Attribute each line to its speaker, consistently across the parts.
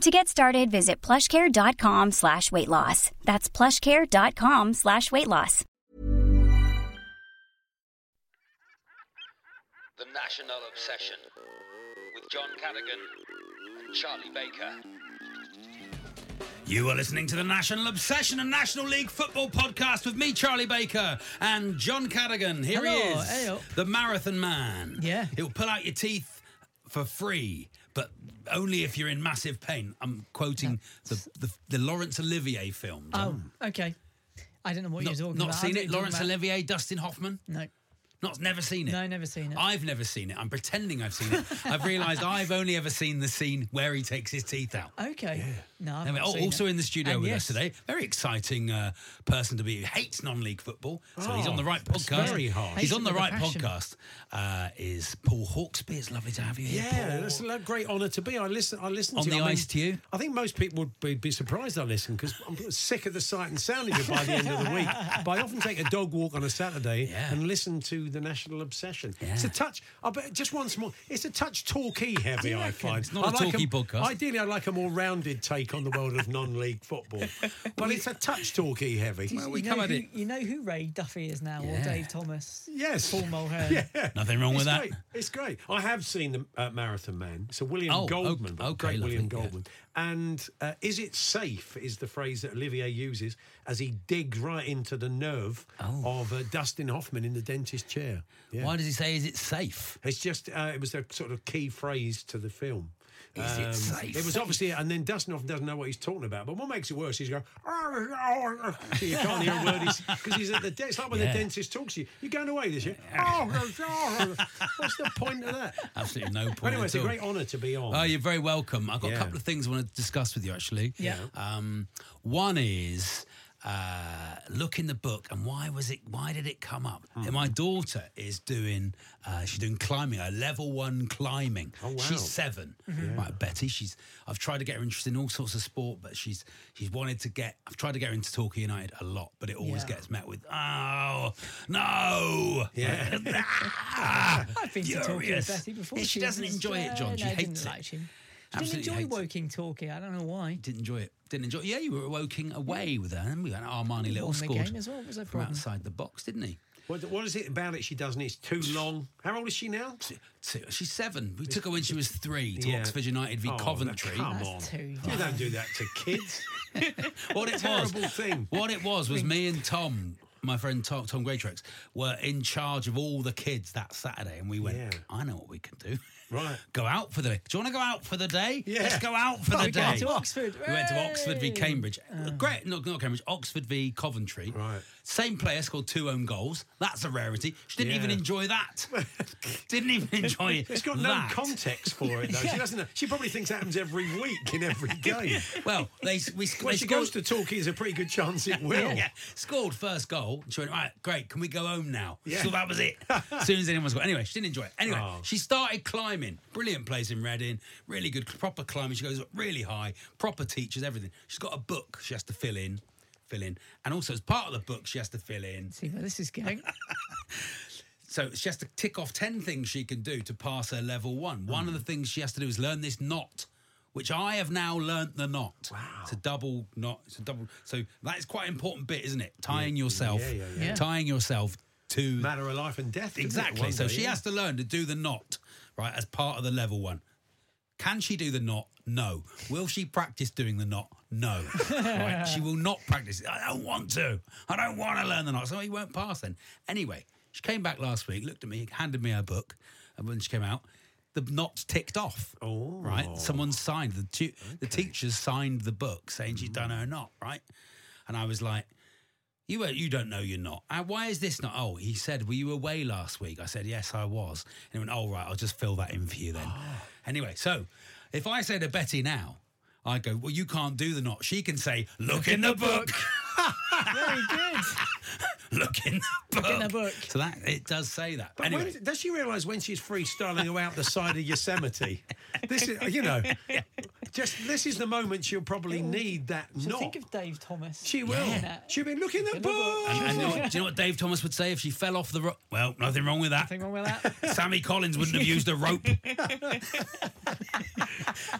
Speaker 1: To get started, visit plushcare.com slash weight loss. That's plushcare.com slash weight loss.
Speaker 2: The National Obsession with John Cadogan and Charlie Baker.
Speaker 3: You are listening to the National Obsession and National League Football podcast with me, Charlie Baker, and John Cadogan. Here he
Speaker 4: Hello,
Speaker 3: is,
Speaker 4: heyo.
Speaker 3: the marathon man.
Speaker 4: Yeah.
Speaker 3: He'll pull out your teeth for free, but only if you're in massive pain. I'm quoting the, the, the Laurence Olivier film.
Speaker 4: Oh,
Speaker 3: John.
Speaker 4: okay. I don't know what
Speaker 3: not,
Speaker 4: you're talking
Speaker 3: not
Speaker 4: about. I
Speaker 3: seen
Speaker 4: know
Speaker 3: it?
Speaker 4: what you're
Speaker 3: Laurence
Speaker 4: talking
Speaker 3: Olivier, Dustin Hoffman?
Speaker 4: about.
Speaker 3: Not, never seen it.
Speaker 4: No, no, never seen it.
Speaker 3: I've never seen it. I'm pretending I've seen it. I've realised I've only ever seen the scene where he takes his teeth out.
Speaker 4: okay. No, I've
Speaker 3: And
Speaker 4: not
Speaker 3: we're
Speaker 4: seen
Speaker 3: oh, also
Speaker 4: it.
Speaker 3: in the studio
Speaker 4: And
Speaker 3: with
Speaker 4: yes,
Speaker 3: us today. Very exciting uh, person to be. He hates non-league football, so he's on the right podcast.
Speaker 4: very hard.
Speaker 3: He's
Speaker 4: Hates
Speaker 3: on
Speaker 4: it
Speaker 3: the
Speaker 4: with a
Speaker 3: right
Speaker 4: passion.
Speaker 3: podcast. Uh, is Paul Hawksby? It's lovely to have you here.
Speaker 5: Yeah,
Speaker 3: Paul.
Speaker 5: that's a lo- great honour to be. I listen. I listen
Speaker 3: On
Speaker 5: to you.
Speaker 3: the
Speaker 5: I
Speaker 3: ice to you?
Speaker 5: I think most people would be, be surprised I listen because I'm sick of the sight and sound of you by the end of the week. But I often take a dog walk on a Saturday
Speaker 3: Yeah.
Speaker 5: and listen to the National Obsession. It's
Speaker 3: Yeah.
Speaker 5: a touch. I bet just once more. It's a touch talky heavy. I find
Speaker 3: It's not
Speaker 5: I
Speaker 3: a talky podcast.
Speaker 5: Ideally, I like a more rounded take on the world of non-league football, but it's a touch talky heavy.
Speaker 3: Well,
Speaker 4: you
Speaker 3: we
Speaker 4: know
Speaker 3: come at
Speaker 4: who,
Speaker 3: it-
Speaker 4: You know who Ray Duffy is now,
Speaker 3: Yeah.
Speaker 4: or Dave Thomas?
Speaker 5: Yes.
Speaker 4: Paul Mulhern.
Speaker 5: Yeah.
Speaker 3: Nothing wrong
Speaker 5: it's
Speaker 3: with that.
Speaker 5: great. It's great. I have seen the uh, Marathon Man. It's a William
Speaker 3: Oh, okay,
Speaker 5: Goldman, book, great
Speaker 3: lovely,
Speaker 5: William
Speaker 3: yeah.
Speaker 5: Goldman. And uh, is it safe? Is the phrase that Olivier uses as he digs right into the nerve of uh, Dustin Hoffman in the dentist chair. Yeah.
Speaker 3: Oh. Why does he say is it safe?
Speaker 5: It's just uh, it was a sort of key phrase to the film.
Speaker 3: Is Um, it safe?
Speaker 5: Um, It was obviously, and then Dustin often doesn't know what he's talking about. But what makes it worse is you go, oh, so you can't hear a word because he's at the dentist. It's like when
Speaker 3: Yeah.
Speaker 5: the dentist talks to you, you're going away this year. Oh, oh, oh." what's the point of that?
Speaker 3: Absolutely no point.
Speaker 5: But anyway,
Speaker 3: at
Speaker 5: it's a
Speaker 3: all.
Speaker 5: great honour to be on.
Speaker 3: Oh, you're very welcome. I've got a
Speaker 5: Yeah.
Speaker 3: couple of things I want to discuss with you, actually.
Speaker 4: Yeah.
Speaker 3: Um, one is uh, look in the book and why was it? Why did it come up?
Speaker 4: Hmm.
Speaker 3: And my daughter is doing. Uh, she's doing climbing. A level one climbing.
Speaker 5: Oh, wow.
Speaker 3: She's seven.
Speaker 4: Mm-hmm.
Speaker 3: Right, Betty. She's. I've tried to get her interested in all sorts of sport, but she's she's wanted to get. I've tried to get her into Torquay United a lot, but it always
Speaker 4: Yeah.
Speaker 3: gets met with oh no. "Ah!"
Speaker 5: Yeah.
Speaker 4: I've been to Torquay
Speaker 3: Furious.
Speaker 4: with Betty before.
Speaker 3: Yeah, she doesn't
Speaker 4: was-
Speaker 3: enjoy it, John.
Speaker 4: Uh,
Speaker 3: She
Speaker 4: no,
Speaker 3: hates
Speaker 4: didn't
Speaker 3: it.
Speaker 4: Like him. She didn't
Speaker 3: Absolutely
Speaker 4: enjoy
Speaker 3: hates it.
Speaker 4: Woking Torquay. I don't know why.
Speaker 3: Didn't enjoy it. Didn't enjoy. Yeah, you were woking away with her, and we went "Oh, Armani Little
Speaker 4: won the
Speaker 3: scored
Speaker 4: game as well, what was their
Speaker 3: from
Speaker 4: problem?
Speaker 3: outside the box, didn't he?
Speaker 5: What, what is it about it she doesn't? It's too long. How old is she now?
Speaker 3: T- She's seven. We took her when she was three to
Speaker 5: Yeah.
Speaker 3: Oxford United v
Speaker 5: Oh,
Speaker 3: Coventry.
Speaker 5: Come
Speaker 4: That's
Speaker 5: on.
Speaker 4: too
Speaker 5: You don't do that to kids.
Speaker 3: What it was,
Speaker 5: Terrible thing.
Speaker 3: what it was, was me and Tom, my friend Tom, Tom Greatrex, were in charge of all the kids that Saturday, and we went.
Speaker 5: Yeah.
Speaker 3: I know what we can do.
Speaker 5: Right.
Speaker 3: Go out for the day. Do you want to go out for the day?
Speaker 5: Yeah.
Speaker 3: Let's go out for the
Speaker 4: We're
Speaker 3: day.
Speaker 4: going to Oxford.
Speaker 3: We went to Oxford v
Speaker 4: Hooray!
Speaker 3: Cambridge. Great, not, not Cambridge, Oxford v Coventry.
Speaker 5: Uh. Right.
Speaker 3: Same player scored two own goals. That's a rarity. She didn't
Speaker 5: Yeah.
Speaker 3: even enjoy that. didn't even enjoy it.
Speaker 5: It's got
Speaker 3: that.
Speaker 5: no context for it though. She doesn't. Know. She probably thinks that happens every week in every game.
Speaker 3: Well, they we sc-
Speaker 5: When
Speaker 3: they
Speaker 5: she
Speaker 3: scored,
Speaker 5: goes to Torquay, there's a pretty good chance it will.
Speaker 3: Yeah, scored first goal. She went, right, great, can we go home now?
Speaker 5: Yeah.
Speaker 3: So that was it. As soon as anyone's got anyway, she didn't enjoy it. Anyway,
Speaker 5: Oh.
Speaker 3: she started climbing. Brilliant place in Reading, really good proper climbing. She goes up really high, proper teachers, everything. She's got a book she has to fill in, fill in. And also as part of the book she has to fill in.
Speaker 4: See where this is going.
Speaker 3: So she has to
Speaker 5: Hmm.
Speaker 3: tick off ten things she can do to pass her level one. One of the things she has to do is learn this knot. which I have now learnt the knot. Wow. It's a double knot. It's a double. So that is quite an important bit, isn't it? Tying yourself.
Speaker 5: yeah, yeah,
Speaker 4: yeah. Yeah.
Speaker 3: Tying yourself to
Speaker 5: Matter of life and death. isn't it,
Speaker 3: Exactly.
Speaker 5: one
Speaker 3: So
Speaker 5: day,
Speaker 3: she
Speaker 5: yeah?
Speaker 3: has to learn to do the knot, right, as part of the level one. Can she do the knot? No. Will she practice doing the knot? No. right? She will not practice it. I don't want to. I don't want to learn the knot. So he won't pass then. Anyway, she came back last week, looked at me, handed me her book, and when she came out, the knot's ticked off.
Speaker 5: Oh.
Speaker 3: Right? Someone signed the tu- the teachers signed the book saying she's done her knot, right? And I was like, you were, you don't know you're not. Uh, why is this not? Oh, he said, were you away last week? I said, yes, I was. And he went, oh, right, I'll just fill that in for you then.
Speaker 4: Ah.
Speaker 3: anyway, so if I say to Betty now, I go, well, you can't do the knot. She can say, look in the book.
Speaker 4: Very good.
Speaker 3: look in the book.
Speaker 4: in the book.
Speaker 3: So that, it does say that.
Speaker 5: But
Speaker 3: anyway,
Speaker 5: when, does she realise when she's freestyling her out the side of Yosemite? This is, you know, just this is the moment she'll probably need that
Speaker 4: Should
Speaker 5: knot.
Speaker 4: think of Dave Thomas.
Speaker 5: she will.
Speaker 4: Yeah.
Speaker 5: She'll be looking at
Speaker 4: in the book.
Speaker 5: books.
Speaker 3: and, and you know what- do you know what Dave Thomas would say if she fell off the rope? Well, nothing wrong with that.
Speaker 4: Nothing wrong with that.
Speaker 3: Sammy Collins wouldn't have used a rope.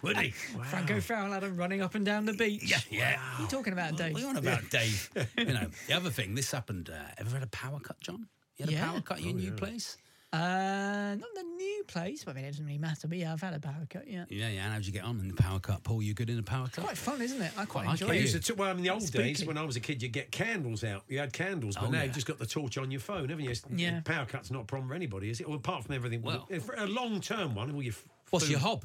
Speaker 3: Would he?
Speaker 4: Franco Farrell had him running up and down the beach.
Speaker 3: Yeah, yeah.
Speaker 4: What are you talking about, Dave?
Speaker 3: What are you on about, Dave? you know, the other thing, this happened. Uh, ever had a power cut, John? You had
Speaker 4: Yeah.
Speaker 3: a power cut at your new place?
Speaker 4: Uh, not the new place, but I mean, it doesn't really matter. But yeah, I've had a power cut. Yeah,
Speaker 3: Yeah, yeah. And how'd you get on in the power cut? Paul, you good in a power cut?
Speaker 4: quite fun, isn't it? I quite
Speaker 3: I like
Speaker 4: enjoy
Speaker 3: it.
Speaker 4: it.
Speaker 5: Used to- well, in the old days
Speaker 4: Spooky.
Speaker 5: when I was a kid, you get candles out. You had candles, but
Speaker 3: Oh,
Speaker 5: now
Speaker 3: yeah.
Speaker 5: you've just got the torch on your phone, haven't you? It's-
Speaker 4: Yeah.
Speaker 5: Power cut's not a problem for anybody, is it? Well, apart from everything.
Speaker 3: Well-
Speaker 5: if- a long term one, well, you.
Speaker 3: What's your hob?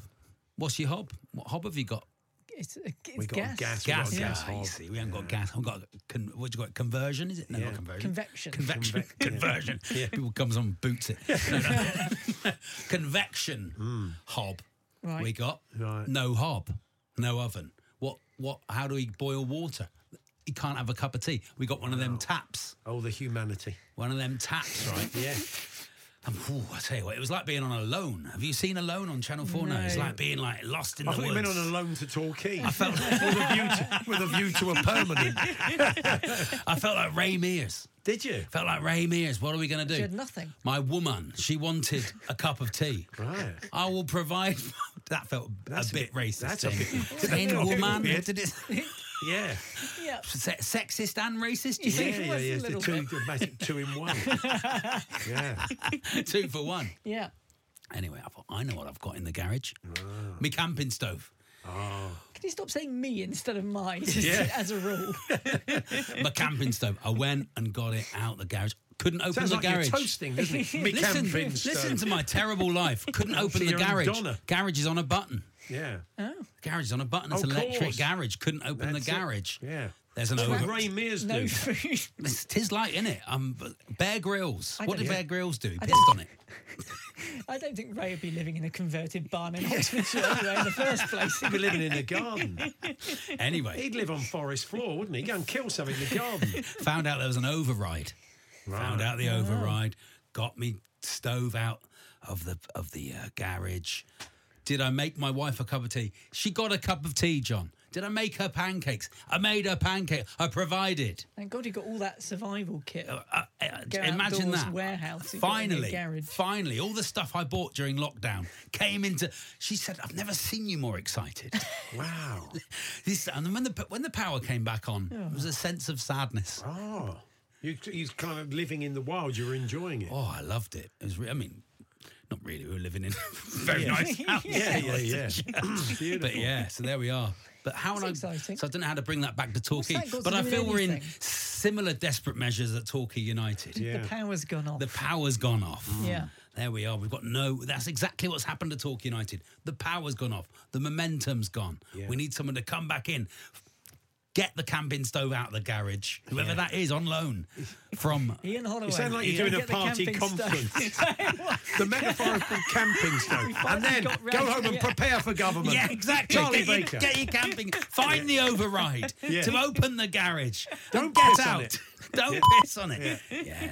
Speaker 3: What's your hob? What hob have you got?
Speaker 4: It's, it's
Speaker 5: We
Speaker 4: gas.
Speaker 5: got gas. We
Speaker 3: Gas.
Speaker 5: got gas
Speaker 3: Ah, you
Speaker 5: hob.
Speaker 3: see, we haven't got gas. I've got con- what you got? Conversion? Is it? No,
Speaker 5: Yeah.
Speaker 3: not conversion.
Speaker 4: Convection.
Speaker 3: Convection. conversion. People comes on boots it. No, no. Convection hob.
Speaker 4: Right.
Speaker 3: We got
Speaker 5: Hmm. Right.
Speaker 3: no hob, no oven. What? What? How do we boil water? You can't have a cup of tea. We got one of them taps.
Speaker 5: Oh, the humanity.
Speaker 3: One of them taps, right?
Speaker 5: Yeah.
Speaker 3: And, whew, I tell you what, it was like being on a loan. Have you seen a loan on Channel Four? No, it's like being like lost in
Speaker 5: I
Speaker 3: the
Speaker 5: thought
Speaker 3: woods.
Speaker 5: you meant on a loan to Torquay. I
Speaker 3: felt-
Speaker 5: with, a view to, with a view to a permanent.
Speaker 3: I felt like Ray Mears.
Speaker 5: Did you?
Speaker 3: Felt like Ray Mears. What are we going to do?
Speaker 4: She had nothing.
Speaker 3: My woman, she wanted a cup of tea.
Speaker 5: Right.
Speaker 3: I will provide. that felt
Speaker 5: That's
Speaker 3: a bit racist.
Speaker 5: that's a
Speaker 3: then.
Speaker 5: bit-
Speaker 3: Saying
Speaker 5: that's a bit
Speaker 3: woman,
Speaker 5: weird.
Speaker 3: did it,
Speaker 5: Yeah.
Speaker 4: Yeah.
Speaker 3: se- sexist and racist. You
Speaker 5: Yeah,
Speaker 3: think?
Speaker 5: yeah,
Speaker 4: was a
Speaker 5: yeah.
Speaker 4: little
Speaker 5: The two, the two in one. yeah.
Speaker 3: Two for one.
Speaker 4: Yeah.
Speaker 3: Anyway, I thought I know what I've got in the garage.
Speaker 5: Ah.
Speaker 3: Me camping stove,
Speaker 4: Can you stop saying me instead of mine?
Speaker 5: Yeah.
Speaker 4: As a rule.
Speaker 3: my camping stove. I went and got it out the garage. Couldn't open
Speaker 5: Sounds
Speaker 3: the
Speaker 5: like
Speaker 3: garage.
Speaker 5: you're toasting, doesn't it? Me
Speaker 3: Listen,
Speaker 5: camping stove.
Speaker 3: listen to my terrible life. Couldn't open the
Speaker 5: you're in
Speaker 3: garage.
Speaker 5: Donna.
Speaker 3: Garage is on a button.
Speaker 5: Yeah.
Speaker 3: Garage is on a button. It's
Speaker 5: Of
Speaker 3: electric
Speaker 5: course.
Speaker 3: garage. Couldn't open
Speaker 5: That's it.
Speaker 3: the garage.
Speaker 5: Yeah.
Speaker 3: There's an
Speaker 5: What
Speaker 3: over.
Speaker 5: would Ray Mears do?
Speaker 4: No food.
Speaker 3: It's, tis like in it. Um, Bear Grylls.
Speaker 4: I
Speaker 3: What
Speaker 4: don't
Speaker 3: did
Speaker 4: know.
Speaker 3: Bear Grylls do? He
Speaker 4: I
Speaker 3: pissed on
Speaker 4: don't-
Speaker 3: it.
Speaker 4: I don't think Ray would be living in a converted barn in Oxfordshire anyway in the first place.
Speaker 5: He'd be living in the garden.
Speaker 3: Anyway,
Speaker 5: He'd live on forest floor, wouldn't he? Go and kill something in the garden.
Speaker 3: found out there was an override. Found out the override.
Speaker 5: Oh.
Speaker 3: Got me stove out of the of the uh, garage. Did I make my wife a cup of tea? She got a cup of tea, John. Did I make her pancakes? I made her pancake. I provided.
Speaker 4: Thank God he got all that survival kit.
Speaker 3: Uh, uh,
Speaker 4: Go
Speaker 3: imagine
Speaker 4: outdoors,
Speaker 3: that.
Speaker 4: warehouse, you've got in your
Speaker 3: finally,
Speaker 4: garage.
Speaker 3: finally, all the stuff I bought during lockdown came into. She said, "I've never seen you more excited."
Speaker 5: Wow.
Speaker 3: this, and when the when the power came back on,
Speaker 4: Oh.
Speaker 3: there was a sense of sadness.
Speaker 5: Oh. You, he's kind of living in the wild. You're enjoying it.
Speaker 3: Oh, I loved it. It was. Re- I mean, not really. We were living in a very nice house.
Speaker 5: Yeah, yeah, yeah. Beautiful.
Speaker 3: But yeah, so there we are. But how and I,
Speaker 4: That's exciting.
Speaker 3: so I don't know how to bring that back to Torquay.
Speaker 4: that got to
Speaker 3: But I
Speaker 4: do with
Speaker 3: feel we're in
Speaker 4: anything?
Speaker 3: similar desperate measures at Torquay United.
Speaker 5: Yeah.
Speaker 4: The power's gone off.
Speaker 3: The power's gone off.
Speaker 4: Yeah.
Speaker 3: There we are. We've got no. That's exactly what's happened to Talk United. The power's gone off. The momentum's gone. We need someone to come back in, get the camping stove out of the garage, whoever that is on loan from.
Speaker 4: Ian Holloway.
Speaker 5: You sound like you're doing a
Speaker 4: Oh, Get the
Speaker 5: party
Speaker 4: camping stuff.
Speaker 5: conference. the metaphorical camping stove. And
Speaker 4: finally
Speaker 5: then
Speaker 4: got round
Speaker 5: go
Speaker 4: to
Speaker 5: home and
Speaker 4: it.
Speaker 5: prepare for government.
Speaker 3: Yeah, exactly.
Speaker 5: Charlie
Speaker 3: get, your-
Speaker 5: Baker.
Speaker 3: get your camping. Find the override
Speaker 5: Yeah.
Speaker 3: to open the garage.
Speaker 5: Don't
Speaker 3: get
Speaker 5: piss on
Speaker 3: out.
Speaker 5: it.
Speaker 3: Don't piss on it. Yeah.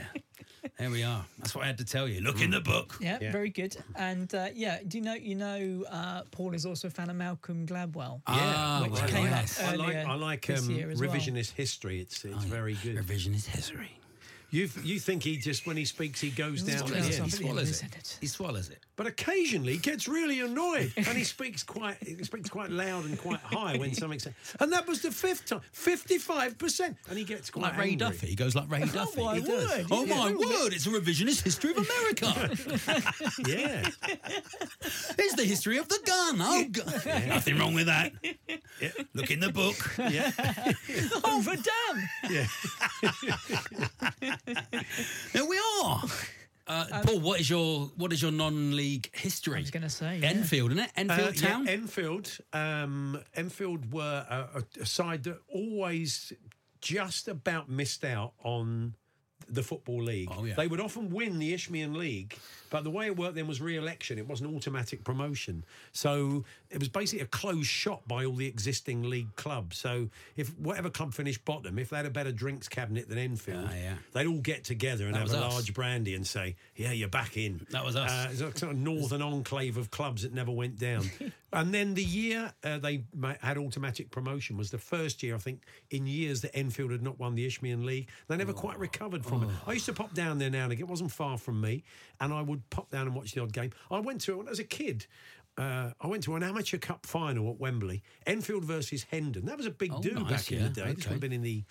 Speaker 3: There we are. That's what I had to tell you. Look in the book.
Speaker 4: Yeah, very good. And uh, yeah, do you know? You know, uh, Paul is also a fan of Malcolm Gladwell.
Speaker 3: Ah,
Speaker 4: which
Speaker 3: well,
Speaker 4: came
Speaker 3: yes.
Speaker 4: up
Speaker 5: I like,
Speaker 4: earlier
Speaker 5: I like um,
Speaker 4: this year as well.
Speaker 5: revisionist history. It's, it's very good.
Speaker 3: Revisionist history.
Speaker 5: You you think he just when he speaks he goes
Speaker 4: He's
Speaker 5: down.
Speaker 4: got
Speaker 5: and
Speaker 4: his
Speaker 5: in.
Speaker 3: he
Speaker 4: Somebody
Speaker 3: swallows
Speaker 4: said
Speaker 3: it.
Speaker 4: it.
Speaker 3: He swallows it.
Speaker 5: But occasionally he gets really annoyed and he speaks quite he speaks quite loud and quite high when something. And that was the fifth time, fifty five percent, and he gets quite
Speaker 3: Like Ray
Speaker 5: angry.
Speaker 3: Duffy. He goes like
Speaker 5: Oh
Speaker 3: Ray Duffy.
Speaker 4: my
Speaker 3: He does.
Speaker 4: word,
Speaker 3: Oh
Speaker 4: yeah.
Speaker 3: my word, it's a revisionist history of America.
Speaker 5: Yeah,
Speaker 3: it's the history of the gun. Oh, God. Nothing wrong with that. Look in the book.
Speaker 5: yeah,
Speaker 4: Oh, for damn!
Speaker 5: yeah.
Speaker 3: There we are. Uh,
Speaker 5: Um,
Speaker 3: Paul, what is your what is your non-league history? I
Speaker 4: was gonna say, yeah.
Speaker 3: Enfield, isn't it? Enfield
Speaker 5: Uh, yeah,
Speaker 3: Town.
Speaker 5: Enfield. Um, Enfield were a, a- a side that always just about missed out on the Football League.
Speaker 3: Oh, yeah.
Speaker 5: They would often win the Ishmian League, but the way it worked then was re election. It wasn't automatic promotion. So it was basically a closed shop by all the existing league clubs. So if whatever club finished bottom, if they had a better drinks cabinet than Enfield,
Speaker 3: Ah, yeah.
Speaker 5: they'd all get together and
Speaker 3: That
Speaker 5: have
Speaker 3: was
Speaker 5: a
Speaker 3: us.
Speaker 5: large brandy and say, Yeah, you're back in.
Speaker 3: That was us.
Speaker 5: Uh, it's a sort of northern enclave of clubs that never went down. and then the year uh, they ma- had automatic promotion was the first year, I think, in years that Enfield had not won the Ishmian League. They
Speaker 3: Oh.
Speaker 5: never quite recovered from it. I used to pop down there now and again. It wasn't far from me. And I would pop down and watch the odd game. I went to it when I was a kid. Uh, I went to an amateur cup final at Wembley, Enfield versus Hendon. That was a big
Speaker 3: Oh,
Speaker 5: do
Speaker 3: nice,
Speaker 5: back in the
Speaker 3: yeah,
Speaker 5: day. This would
Speaker 3: okay.
Speaker 5: have been in the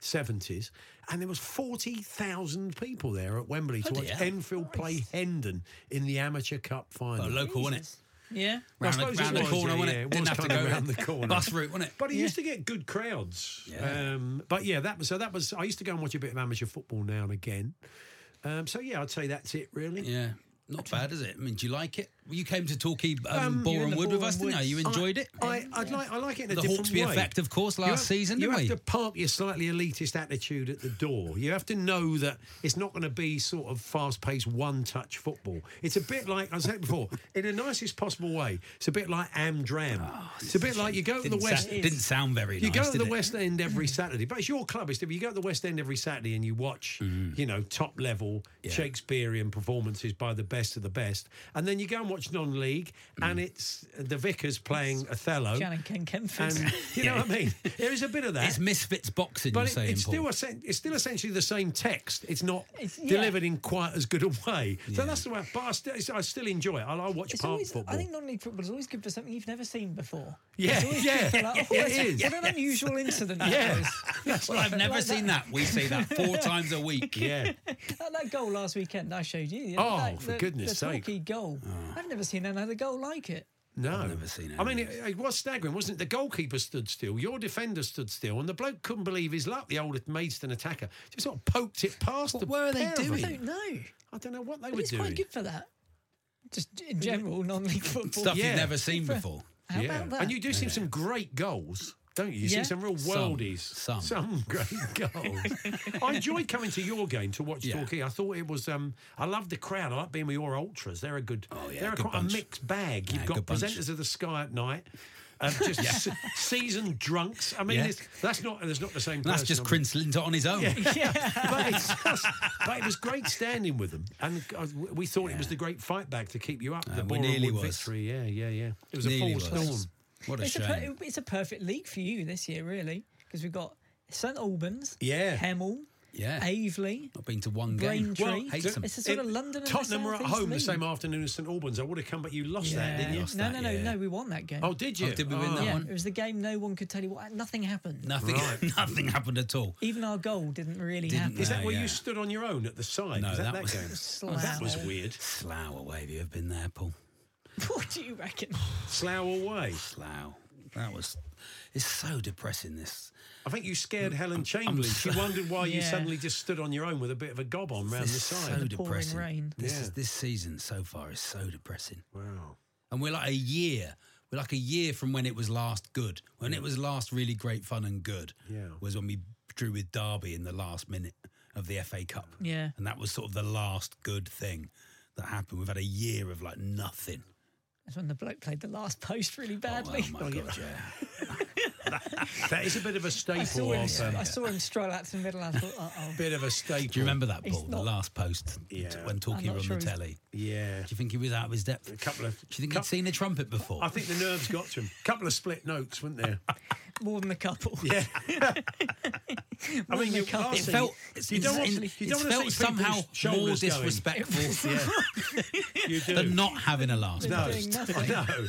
Speaker 5: 70s, and there was 40,000 people there at Wembley to
Speaker 3: Bloody
Speaker 5: watch
Speaker 3: hell.
Speaker 5: Enfield play Hendon in the amateur cup final.
Speaker 3: Oh, local, wasn't it?
Speaker 4: Yeah.
Speaker 3: Round,
Speaker 5: I suppose
Speaker 3: the,
Speaker 5: it
Speaker 3: round the
Speaker 5: was,
Speaker 3: corner,
Speaker 5: yeah,
Speaker 3: wasn't
Speaker 5: yeah,
Speaker 3: it?
Speaker 5: it
Speaker 3: Didn't
Speaker 5: was
Speaker 3: have to
Speaker 5: kind
Speaker 3: go
Speaker 5: of round the corner.
Speaker 3: Bus route, wasn't it?
Speaker 5: But he used to get good crowds.
Speaker 3: Yeah.
Speaker 5: Um, but yeah, that was so. That was I used to go and watch a bit of amateur football now and again. Um, so yeah, I'd say that's it really.
Speaker 3: yeah, not bad, is it? I mean, do you like it? Well, You came to Torquay um,
Speaker 5: Um,
Speaker 3: Boreham
Speaker 4: you're in the
Speaker 3: Wood with
Speaker 4: Boreham
Speaker 3: us, didn't you?
Speaker 4: Woods.
Speaker 3: You enjoyed it?
Speaker 5: I, I'd like I like it in a
Speaker 3: The
Speaker 5: different
Speaker 3: Hawksby
Speaker 5: way.
Speaker 3: effect, of course,
Speaker 5: You
Speaker 3: last
Speaker 5: have-
Speaker 3: season,
Speaker 5: You
Speaker 3: didn't
Speaker 5: have
Speaker 3: we?
Speaker 5: to park your slightly elitist attitude at the door. You have to know that it's not going to be sort of fast-paced, one-touch football. It's a bit like I said before, in the nicest possible way. It's a bit like Amdram.
Speaker 3: Oh,
Speaker 5: it's a bit like you go to the
Speaker 3: Didn't,
Speaker 5: West.
Speaker 3: sa- didn't sound very
Speaker 5: You
Speaker 3: nice.
Speaker 5: go to
Speaker 3: did
Speaker 5: the
Speaker 3: it? Mm.
Speaker 5: West End every Saturday, but it's your club. It's different. You go to the West End every Saturday and you watch,
Speaker 3: Mm.
Speaker 5: you know, top level Shakespearean performances by the best of the best, and then you go and watch non-league, and
Speaker 3: Mm.
Speaker 5: it's the Vickers playing Othello,
Speaker 4: Shannon Ken Kempford.
Speaker 5: and you know what I mean. There is a bit of that.
Speaker 3: It's misfits boxing.
Speaker 5: but
Speaker 3: you're
Speaker 5: it-
Speaker 3: saying,
Speaker 5: it's
Speaker 3: Paul.
Speaker 5: still essen- it's still essentially the same text. It's not
Speaker 4: It's- yeah.
Speaker 5: delivered in quite as good a way. So that's the way. But I still, I still enjoy it. I, I watch
Speaker 4: It's
Speaker 5: park
Speaker 4: always,
Speaker 5: football.
Speaker 4: I think non-league football is always good for something you've never seen before.
Speaker 5: yeah, yeah,
Speaker 4: Like, oh,
Speaker 5: yeah,
Speaker 4: that's-
Speaker 5: it is.
Speaker 4: What an unusual incident that
Speaker 5: Yeah.
Speaker 4: was.
Speaker 3: Well, I've never
Speaker 4: Like that.
Speaker 3: seen that. We see that four times a week.
Speaker 5: Yeah.
Speaker 4: That, that goal last weekend I showed you.
Speaker 5: Oh,
Speaker 4: that-
Speaker 5: for
Speaker 4: the-
Speaker 5: goodness
Speaker 4: the
Speaker 5: sake. Oh.
Speaker 4: Torquay goal. I've never seen another goal like it.
Speaker 5: No,
Speaker 3: I've never seen
Speaker 5: I mean,
Speaker 3: any of
Speaker 5: it, it was staggering, wasn't it? The goalkeeper stood still, your defender stood still, and the bloke couldn't believe his luck. The old Maidstone attacker just sort of poked it past.
Speaker 3: What
Speaker 5: the
Speaker 3: were they
Speaker 5: pair of
Speaker 3: doing?
Speaker 4: I
Speaker 5: them.
Speaker 4: don't know.
Speaker 5: I don't know what they
Speaker 4: But
Speaker 5: were
Speaker 4: it's
Speaker 5: doing.
Speaker 4: quite good for that. Just in general, non-league football.
Speaker 3: Stuff
Speaker 5: Yeah.
Speaker 3: you've never seen before.
Speaker 4: How
Speaker 5: yeah,
Speaker 4: about that?
Speaker 5: and you do see some great goals. Don't you? You
Speaker 4: Yeah.
Speaker 5: see some real
Speaker 3: Some,
Speaker 5: worldies.
Speaker 3: some.
Speaker 5: great goals. I enjoyed coming to your game to watch
Speaker 3: Yeah.
Speaker 5: Torquay. I thought it was. Um, I love the crowd. I like being with your ultras. They're a good.
Speaker 3: Oh, yeah,
Speaker 5: they're
Speaker 3: good
Speaker 5: a, quite a
Speaker 3: bunch.
Speaker 5: mixed bag. You've
Speaker 3: Yeah,
Speaker 5: got
Speaker 3: good bunch.
Speaker 5: presenters of the sky at night. Um, just se- seasoned drunks. I mean,
Speaker 3: Yeah.
Speaker 5: it's, that's not. That's not the same.
Speaker 3: That's
Speaker 5: person,
Speaker 3: just
Speaker 5: I mean.
Speaker 3: Prince Linton on his own.
Speaker 5: but, it's just, but it was great standing with them, and uh, we thought it was the great fight back to keep you up. the
Speaker 3: Uh, we
Speaker 5: Boreham
Speaker 3: nearly
Speaker 5: Wood
Speaker 3: was.
Speaker 5: victory. Yeah, yeah, yeah. It was
Speaker 3: Nearly
Speaker 5: a
Speaker 3: was.
Speaker 5: full storm.
Speaker 3: What a
Speaker 4: it's, a per-
Speaker 3: shame.
Speaker 4: it's a perfect league for you this year, really, because we've got St Albans,
Speaker 5: Yeah.
Speaker 4: Hemel,
Speaker 3: Yeah.
Speaker 4: Avely,
Speaker 3: Not been to one game.
Speaker 4: Braintree.
Speaker 5: Well,
Speaker 3: Hates
Speaker 5: d-
Speaker 3: them.
Speaker 4: It's a sort of
Speaker 5: it-
Speaker 4: London and the
Speaker 5: Tottenham were at
Speaker 4: Southeast
Speaker 5: home the
Speaker 4: League.
Speaker 5: same afternoon as St Albans. I would have come, but you lost that, didn't you?
Speaker 3: lost
Speaker 4: no,
Speaker 3: that,
Speaker 4: no, no,
Speaker 3: yeah.
Speaker 4: no. We won that game.
Speaker 5: Oh, did you?
Speaker 3: Oh, did we win
Speaker 5: Oh.
Speaker 3: that
Speaker 4: yeah,
Speaker 3: one?
Speaker 4: it was the game no one could tell you what. Nothing happened.
Speaker 3: Nothing. nothing happened at all.
Speaker 4: Even our goal didn't really
Speaker 3: Didn't
Speaker 4: happen.
Speaker 5: Is that
Speaker 3: No,
Speaker 5: where
Speaker 3: yeah.
Speaker 5: you stood on your own at the side?
Speaker 3: No,
Speaker 5: was that,
Speaker 3: that
Speaker 5: that,
Speaker 3: was-
Speaker 5: game?
Speaker 4: Slough.
Speaker 5: that was weird.
Speaker 3: Slough away. Have you ever been there, Paul?
Speaker 4: What do you reckon?
Speaker 5: Slough away.
Speaker 3: Slough. That was. It's so depressing. This
Speaker 5: I think you scared Helen Chamberlain. She wondered why you
Speaker 4: Yeah.
Speaker 5: suddenly just stood on your own with a bit of a gob on round the
Speaker 3: It's so
Speaker 5: side.
Speaker 4: pouring
Speaker 3: depressing.
Speaker 4: rain.
Speaker 3: This
Speaker 5: Yeah.
Speaker 3: is this season so far is so depressing.
Speaker 5: Wow.
Speaker 3: And we're like a year. We're like a year from when it was last good. When it was last really great fun and good
Speaker 5: Yeah.
Speaker 3: was when we drew with Derby in the last minute of the FA Cup.
Speaker 4: Yeah.
Speaker 3: And that was sort of the last good thing that happened. We've had a year of like nothing.
Speaker 4: That's when the bloke played the last post really
Speaker 3: Oh,
Speaker 4: badly.
Speaker 3: my God, yeah.
Speaker 5: that is a bit of a
Speaker 4: I saw,
Speaker 5: staple
Speaker 4: him,
Speaker 5: of.
Speaker 4: I
Speaker 5: Um,
Speaker 4: saw him stroll out to the middle. And I thought, uh oh.
Speaker 5: bit of a staple.
Speaker 3: Do you remember that
Speaker 4: He's
Speaker 3: ball, the
Speaker 4: not-
Speaker 3: last post t-
Speaker 5: Yeah.
Speaker 3: when
Speaker 4: I'm
Speaker 3: Talkie
Speaker 4: not
Speaker 3: were on
Speaker 4: sure
Speaker 3: the
Speaker 4: he's-
Speaker 3: telly?
Speaker 5: Yeah.
Speaker 3: Do you think he was out of his depth?
Speaker 5: A couple of-
Speaker 3: Do you think
Speaker 5: cou-
Speaker 3: he'd seen a trumpet before?
Speaker 5: I think the nerves got to him. Couple of split notes, weren't there?
Speaker 4: More than a couple.
Speaker 5: Yeah. I mean, you,
Speaker 4: couple.
Speaker 5: last
Speaker 3: it
Speaker 5: thing-
Speaker 3: felt.
Speaker 5: you don't want,
Speaker 3: it's-
Speaker 5: you
Speaker 3: it's
Speaker 5: don't want to
Speaker 3: felt
Speaker 5: see
Speaker 3: somehow
Speaker 5: people's shoulders
Speaker 3: more
Speaker 5: going.
Speaker 3: disrespectful
Speaker 5: You do.
Speaker 3: than not having a last
Speaker 4: They're
Speaker 3: post.
Speaker 4: doing nothing.
Speaker 5: I know.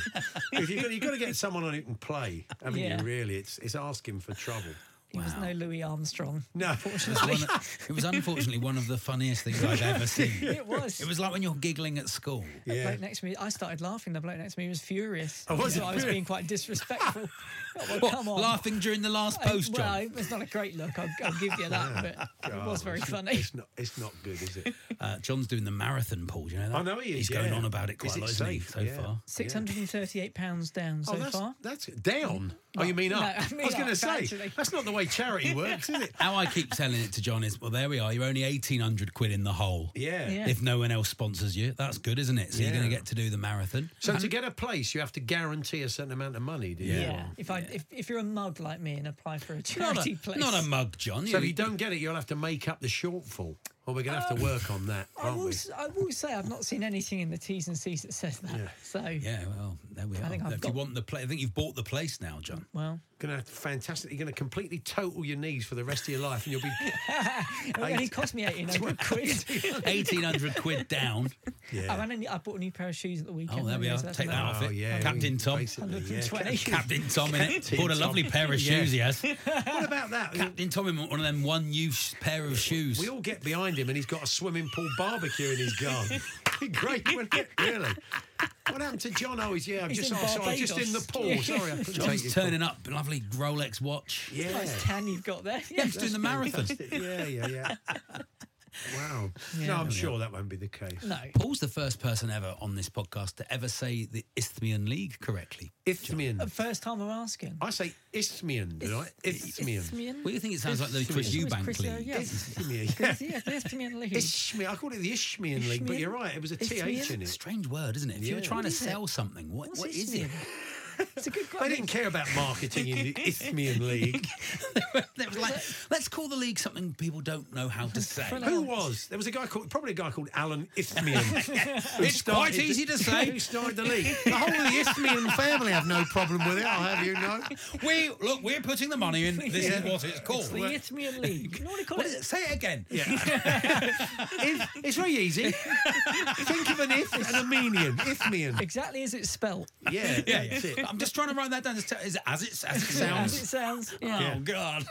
Speaker 5: if you've, got, you've got to get someone on who can play, haven't
Speaker 4: Yeah.
Speaker 5: you? Really, it's it's asking for trouble.
Speaker 4: He was no Louis Armstrong.
Speaker 5: No,
Speaker 3: One- it was unfortunately one of the funniest things I've ever seen.
Speaker 4: It was.
Speaker 3: It was like when you're giggling at school.
Speaker 4: The
Speaker 5: Yeah.
Speaker 4: bloke next to me, I started laughing. The bloke next to me was furious.
Speaker 5: Oh, was
Speaker 4: So
Speaker 5: he?
Speaker 4: I was being quite disrespectful. Oh, well,
Speaker 3: What,
Speaker 4: come on.
Speaker 3: Laughing during the last
Speaker 5: Oh,
Speaker 4: I-
Speaker 3: post,
Speaker 4: well,
Speaker 3: John.
Speaker 4: it was not a great look. I'll, I'll give you that, but it was very funny.
Speaker 5: It's not. It's not good, is it?
Speaker 3: Uh, John's doing the marathon, Paul. Do you know that?
Speaker 5: I know he is,
Speaker 3: He's going
Speaker 5: yeah.
Speaker 3: on about it quite
Speaker 5: Is
Speaker 3: a
Speaker 5: it
Speaker 3: lot, isn't he,
Speaker 5: safe?
Speaker 3: so
Speaker 5: Yeah.
Speaker 3: far?
Speaker 4: Six hundred and thirty-eight pounds down so
Speaker 5: oh, that's,
Speaker 4: far.
Speaker 5: that's down. Oh, you mean
Speaker 4: No,
Speaker 5: up?
Speaker 4: I mean
Speaker 5: was going to
Speaker 4: up,
Speaker 5: say
Speaker 4: actually.
Speaker 5: that's not the way charity works, is it?
Speaker 3: How I keep telling it to John is, well, there we are. You're only 1,800 quid in the hole.
Speaker 5: Yeah.
Speaker 4: Yeah.
Speaker 3: If no one else sponsors you, that's good, isn't it? So you're
Speaker 5: Yeah.
Speaker 3: going to get to do the marathon.
Speaker 5: So to get a place, you have to guarantee a certain amount of money, do you?
Speaker 4: Um, Yeah. If I if, if you're a mug like me and apply for a
Speaker 3: Not
Speaker 4: charity
Speaker 3: a,
Speaker 4: place,
Speaker 3: not a mug, John.
Speaker 5: So if you don't get it, you'll have to make up the shortfall. Well, we're going to have to work on that,
Speaker 4: Oh, I
Speaker 5: aren't
Speaker 4: will
Speaker 5: we?
Speaker 4: s- I will say I've not seen anything in the T's and C's that says that. So
Speaker 3: Yeah, well, there we are.
Speaker 4: think I've
Speaker 3: if you
Speaker 4: got-
Speaker 3: want the place, I think you've bought the place now, John.
Speaker 4: well,
Speaker 5: Going to have to, fantastic. You're going to completely total your knees for the rest of your life, and you'll be.
Speaker 4: it only cost me eighteen hundred quid.
Speaker 3: 1,800 quid down.
Speaker 4: I, ran a new- I bought a new pair of shoes at the weekend.
Speaker 3: Oh, there we
Speaker 4: so
Speaker 3: are.
Speaker 4: that's
Speaker 3: Take that
Speaker 4: about-
Speaker 3: off it. Captain
Speaker 5: we-
Speaker 3: Tom.
Speaker 5: basically, yeah.
Speaker 4: 120.
Speaker 3: Captain Tom in it.
Speaker 5: Captain
Speaker 3: Bought a
Speaker 5: Tom.
Speaker 3: lovely pair of
Speaker 5: Yeah.
Speaker 3: shoes he has.
Speaker 5: What about that?
Speaker 3: Captain Tom in one of them one use pair of shoes.
Speaker 5: We all get behind him, and he's got a swimming pool barbecue in his garden. Great, wouldn't it? Really. What happened to John? Oh, he's, yeah, I'm
Speaker 4: He's
Speaker 5: just,
Speaker 4: in
Speaker 5: oh, sorry, just in
Speaker 4: Barbados.
Speaker 5: the pool. Sorry, I couldn't take
Speaker 3: John's
Speaker 5: your
Speaker 3: turning up, lovely Rolex watch.
Speaker 5: call. Yeah.
Speaker 4: Nice tan you've got there. Yeah.
Speaker 3: He's doing the marathon.
Speaker 5: yeah, yeah, yeah. Wow. no, I'm sure that won't be the case.
Speaker 4: No.
Speaker 3: Paul's the first person ever on this podcast to ever say the Isthmian League correctly.
Speaker 5: Isthmian.
Speaker 4: First time I'm asking.
Speaker 5: I say Isthmian, did I? Isthmian.
Speaker 3: What do you think it sounds like the Chris
Speaker 4: Isthmian.
Speaker 3: Eubank
Speaker 4: Chris, uh,
Speaker 3: League?
Speaker 4: yeah.
Speaker 5: Isthmian. yeah.
Speaker 4: Yes, yes, yes, Isthmian League.
Speaker 5: Ishmael. I called it the Ishmian League, but
Speaker 4: Ishmael?
Speaker 5: you're right. It was a
Speaker 4: Ishmael?
Speaker 5: TH in it.
Speaker 3: Strange word, isn't it? If you were
Speaker 5: Yeah.
Speaker 3: trying
Speaker 5: What
Speaker 3: to
Speaker 4: is it?
Speaker 3: sell something, what,
Speaker 4: What's
Speaker 3: what is it?
Speaker 4: Isthmian? It's a good
Speaker 5: They didn't care about marketing in the Isthmian League.
Speaker 3: It was like, let's call the league something people don't know how to say.
Speaker 5: Who was? There was a guy called, probably a guy called Alan Isthmian.
Speaker 3: It's quite easy to say.
Speaker 5: Who started the league? The whole of the Isthmian family have no problem with it. I'll have you know.
Speaker 3: We look, we're putting the money in. This is what it's called.
Speaker 4: The Isthmian League. You know what they call
Speaker 3: what is it?
Speaker 4: it?
Speaker 3: Say it again.
Speaker 5: If- it's very easy. Think of an if and a menian. Isthmian.
Speaker 4: Exactly as it's spelt.
Speaker 5: Yeah,
Speaker 3: Yeah,
Speaker 5: that's it.
Speaker 4: Oh,
Speaker 3: I'm just trying to write that down. Just tell, is it as it as it
Speaker 4: As
Speaker 3: sounds?
Speaker 4: it sounds. Yeah.
Speaker 3: Oh God,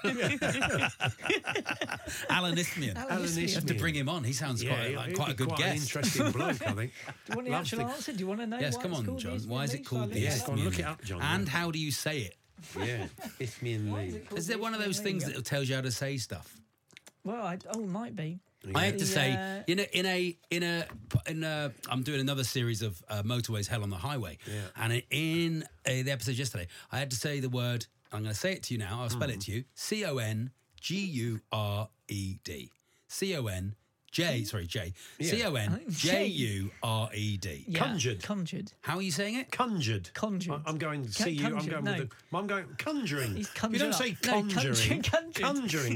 Speaker 3: Alan Isthmian.
Speaker 4: Alan
Speaker 5: Alan
Speaker 3: You
Speaker 4: Isthmian.
Speaker 3: have to
Speaker 5: Isthmian.
Speaker 3: bring him on. He sounds
Speaker 5: Yeah,
Speaker 3: quite
Speaker 5: yeah,
Speaker 3: like
Speaker 5: he'd
Speaker 3: quite
Speaker 5: be
Speaker 3: a good
Speaker 5: quite An
Speaker 3: guest.
Speaker 5: interesting bloke, I think.
Speaker 4: Do you want the
Speaker 5: Love
Speaker 4: actual
Speaker 5: to-
Speaker 4: answer? Do you want to know?
Speaker 3: Yes,
Speaker 4: why
Speaker 3: come
Speaker 4: it's
Speaker 3: on,
Speaker 4: called the
Speaker 3: John.
Speaker 4: Isthmian
Speaker 3: Why is it
Speaker 4: League?
Speaker 3: called
Speaker 4: Shall I
Speaker 3: the
Speaker 4: look
Speaker 5: Yes,
Speaker 4: it up?
Speaker 5: go on,
Speaker 3: Isthmian?
Speaker 5: look it up, John.
Speaker 3: And how do you say it?
Speaker 5: Yeah, Isthmian
Speaker 4: Why is
Speaker 5: League.
Speaker 4: it called
Speaker 3: Is
Speaker 4: the
Speaker 3: there one of
Speaker 4: Isthmian
Speaker 3: those things
Speaker 4: League?
Speaker 3: that tells you how to say stuff?
Speaker 4: Well, I, oh, might be.
Speaker 3: I had to say
Speaker 4: Yeah.
Speaker 3: in a in a in a in a I'm doing another series of uh, motorways hell on the highway, and in uh, the episode yesterday I had to say the word. I'm going to say it to you now. I'll spell
Speaker 4: Mm.
Speaker 3: it to you. C O N G U R E D. C O N
Speaker 4: Hmm?
Speaker 3: J. Sorry, J. C O N J U R E D.
Speaker 4: Yeah.
Speaker 5: Conjured.
Speaker 4: Conjured.
Speaker 3: How are you saying it?
Speaker 5: Conjured.
Speaker 4: Conjured.
Speaker 5: I- I'm going to
Speaker 4: Con-
Speaker 5: see you. I'm
Speaker 4: conjured,
Speaker 5: going
Speaker 4: no.
Speaker 5: with the. I'm going conjuring.
Speaker 4: He's
Speaker 5: you
Speaker 4: conjured
Speaker 5: don't
Speaker 4: up.
Speaker 5: say
Speaker 4: No, conjured,
Speaker 5: conjuring.
Speaker 4: conjured.
Speaker 5: Conjuring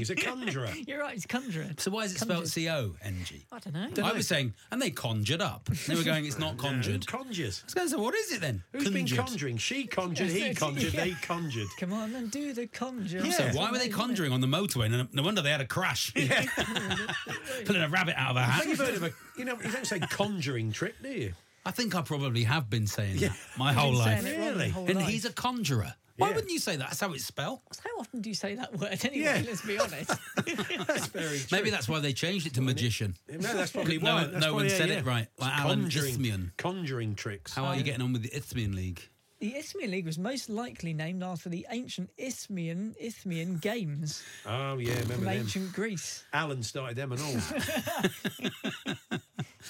Speaker 5: is a conjurer.
Speaker 4: You're right. It's conjurer.
Speaker 3: So why is it spelled
Speaker 4: Conjured.
Speaker 3: C O N G?
Speaker 4: I don't know.
Speaker 3: I was saying, and they conjured up. They were going, it's not
Speaker 5: Who
Speaker 3: conjured.
Speaker 5: conjures?
Speaker 3: I was going to say, what is it then?
Speaker 5: Who's been conjuring? She conjured, he
Speaker 4: Yes,
Speaker 5: conjured,
Speaker 4: yeah.
Speaker 5: they conjured.
Speaker 4: Come on and do the conjure.
Speaker 3: So why were they conjuring on the motorway? No, no wonder they had a crash. Pulling a rabbit out of a
Speaker 5: Have you
Speaker 3: hat.
Speaker 5: heard of a? You know, you don't say conjuring trick, do you?
Speaker 3: I think I probably have been saying that my
Speaker 4: You've
Speaker 3: whole
Speaker 4: been
Speaker 3: life.
Speaker 4: saying it wrong your
Speaker 5: Really?
Speaker 4: whole
Speaker 3: And
Speaker 4: life.
Speaker 3: he's a conjurer. Why
Speaker 5: Yeah.
Speaker 3: wouldn't you say that? That's how it's spelled.
Speaker 4: How often do you say that word anyway?
Speaker 5: Yeah.
Speaker 4: Let's be honest.
Speaker 5: That's very true.
Speaker 3: Maybe that's why they changed it to magician.
Speaker 5: No, that's probably
Speaker 3: No
Speaker 5: why.
Speaker 3: one-
Speaker 5: That's
Speaker 3: no one
Speaker 5: probably-
Speaker 3: said
Speaker 5: yeah,
Speaker 3: it
Speaker 5: yeah.
Speaker 3: right. Like
Speaker 5: It's
Speaker 3: Alan
Speaker 5: conjuring,
Speaker 3: Isthmian.
Speaker 5: Conjuring tricks.
Speaker 3: How are you getting on with the Isthmian League?
Speaker 4: The Isthmian League was most likely named after the ancient Isthmian Isthmian Games
Speaker 5: oh yeah, remember
Speaker 4: from
Speaker 5: them?
Speaker 4: ancient Greece.
Speaker 5: Alan started them and all.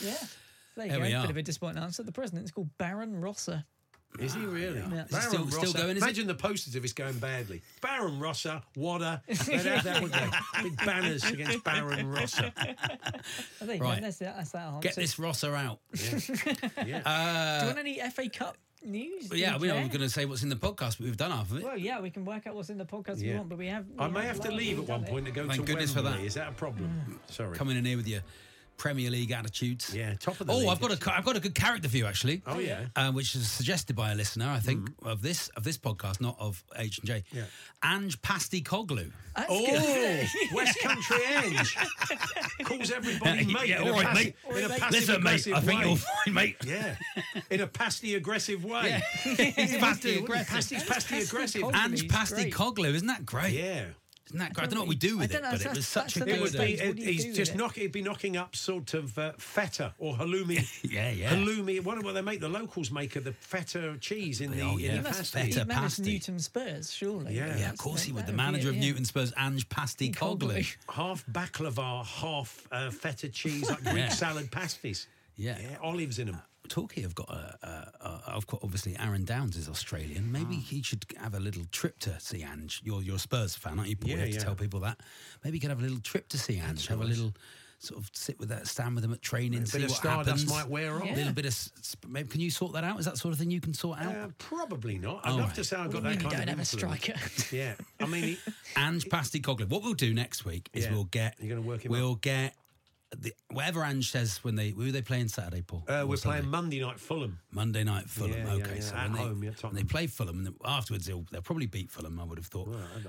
Speaker 4: Yeah. There you
Speaker 3: There
Speaker 4: go.
Speaker 3: we
Speaker 4: Bit
Speaker 3: are.
Speaker 4: of a disappointing answer. The president's called Baron Rosser.
Speaker 5: Is he really?
Speaker 4: Is
Speaker 3: he still- still
Speaker 5: Rosser.
Speaker 3: going, is
Speaker 5: Imagine the posters if it's going badly. Baron Rosser, Wada. They'd have that, would they? Big banners against Baron Rosser.
Speaker 4: I think
Speaker 3: Right.
Speaker 4: that's, that, that's that answer.
Speaker 3: Get this Rosser out.
Speaker 5: Yeah.
Speaker 4: do you want any FA Cup news.
Speaker 3: Well, yeah,
Speaker 4: do
Speaker 3: we're
Speaker 4: you
Speaker 3: not
Speaker 4: care?
Speaker 3: going to say what's in the podcast, but we've done half of it.
Speaker 4: Well, yeah, we can work out what's in the podcast we
Speaker 5: Yeah.
Speaker 4: want, but we have.
Speaker 5: I
Speaker 4: we
Speaker 5: may
Speaker 4: have
Speaker 5: have to
Speaker 4: largely
Speaker 5: leave at
Speaker 4: done
Speaker 5: one
Speaker 4: it.
Speaker 5: point to go
Speaker 3: Thank
Speaker 5: to
Speaker 3: goodness for
Speaker 5: Wembley.
Speaker 3: that. Mm.
Speaker 5: Is that a problem? Sorry.
Speaker 3: Coming in here with your Premier League attitudes.
Speaker 5: Yeah, top of the
Speaker 3: Oh,
Speaker 5: league.
Speaker 3: I've got a ca- I've got a good character for you actually.
Speaker 5: Oh, yeah. Mm-hmm.
Speaker 3: um, which is suggested by a listener, I think, of this of this podcast, not of H and J.
Speaker 5: Yeah.
Speaker 3: Ange Pasty Coglu.
Speaker 4: That's
Speaker 5: Oh,
Speaker 4: good.
Speaker 5: West Country Edge calls everybody mate.
Speaker 3: yeah,
Speaker 5: in a
Speaker 3: all right,
Speaker 5: passi-
Speaker 3: mate.
Speaker 5: In a passive
Speaker 3: Listen, mate,
Speaker 5: aggressive
Speaker 3: I think
Speaker 5: way.
Speaker 3: you'll find, mate.
Speaker 5: Yeah, in a pasty aggressive way.
Speaker 3: He's pasty aggressive.
Speaker 5: Pasty's pasty aggressive.
Speaker 4: Coglu.
Speaker 3: Ange
Speaker 4: He's
Speaker 3: Pasty
Speaker 4: great.
Speaker 3: Coglu, isn't that great?
Speaker 5: Yeah.
Speaker 3: Isn't that great? I don't know what we do with
Speaker 4: I
Speaker 3: it,
Speaker 4: don't know,
Speaker 3: but it
Speaker 4: that's-
Speaker 3: was such a
Speaker 4: that's
Speaker 5: It
Speaker 3: good.
Speaker 5: would
Speaker 4: another
Speaker 3: uh,
Speaker 5: be.
Speaker 4: What do you
Speaker 5: It,
Speaker 4: do
Speaker 5: he's
Speaker 4: with
Speaker 5: just
Speaker 4: it?
Speaker 5: knock. He'd be knocking up sort of uh, feta or halloumi.
Speaker 3: Yeah, yeah.
Speaker 5: Halloumi. What do they make? The locals make of the feta cheese in the,
Speaker 3: Oh, yeah.
Speaker 5: in
Speaker 3: He
Speaker 5: the
Speaker 3: must-
Speaker 5: pasty.
Speaker 3: Feta
Speaker 4: he managed
Speaker 3: pasty.
Speaker 4: Newton Spurs, surely.
Speaker 5: Yeah.
Speaker 3: Yeah, of course he would. The manager of
Speaker 4: Newton
Speaker 3: Newton Spurs, Ange Pasty
Speaker 4: Coglu.
Speaker 3: Coglu.
Speaker 5: half baklava, half uh, feta cheese, like Greek
Speaker 3: Yeah.
Speaker 5: salad pasties.
Speaker 3: Yeah.
Speaker 5: olives in them.
Speaker 3: Torquay have got a, a, a, I've got obviously Aaron Downs is Australian.
Speaker 5: Ah.
Speaker 3: Maybe he should have a little trip to see Ange. You're you're a Spurs fan, aren't you? Paul?
Speaker 5: Yeah,
Speaker 3: you have
Speaker 5: yeah.
Speaker 3: to tell people that. Maybe you could have a little trip to see Ange. Have a little sort of sit with that, stand with them at training,
Speaker 5: A
Speaker 3: see
Speaker 5: bit of
Speaker 3: what
Speaker 5: stardust
Speaker 3: happens.
Speaker 5: might wear off.
Speaker 3: A little bit of s- s- maybe can you sort that out? Is that sort of thing you can sort out?
Speaker 5: Uh, probably not. I'd
Speaker 3: All
Speaker 5: love
Speaker 3: right.
Speaker 5: to say I've
Speaker 4: What
Speaker 5: got
Speaker 4: do you
Speaker 5: that
Speaker 4: mean you
Speaker 5: kind
Speaker 4: don't
Speaker 5: of
Speaker 4: have a
Speaker 5: influence.
Speaker 4: striker?
Speaker 5: Yeah, I mean, he-
Speaker 3: Ange Pasty Coglu. What we'll do next week is
Speaker 5: Yeah.
Speaker 3: we'll get
Speaker 5: You're gonna work him
Speaker 3: We'll get the, whatever Ange says when they who are they playing Saturday, Paul?
Speaker 5: uh,
Speaker 3: Or
Speaker 5: we're
Speaker 3: Sunday?
Speaker 5: playing Monday night Fulham.
Speaker 3: Monday night Fulham.
Speaker 5: Yeah, yeah,
Speaker 3: okay,
Speaker 5: yeah.
Speaker 3: so
Speaker 5: At
Speaker 3: when they,
Speaker 5: home, yeah,
Speaker 3: when
Speaker 5: Tottenham.
Speaker 3: they play Fulham, and then afterwards they'll they'll probably beat Fulham. I would have thought,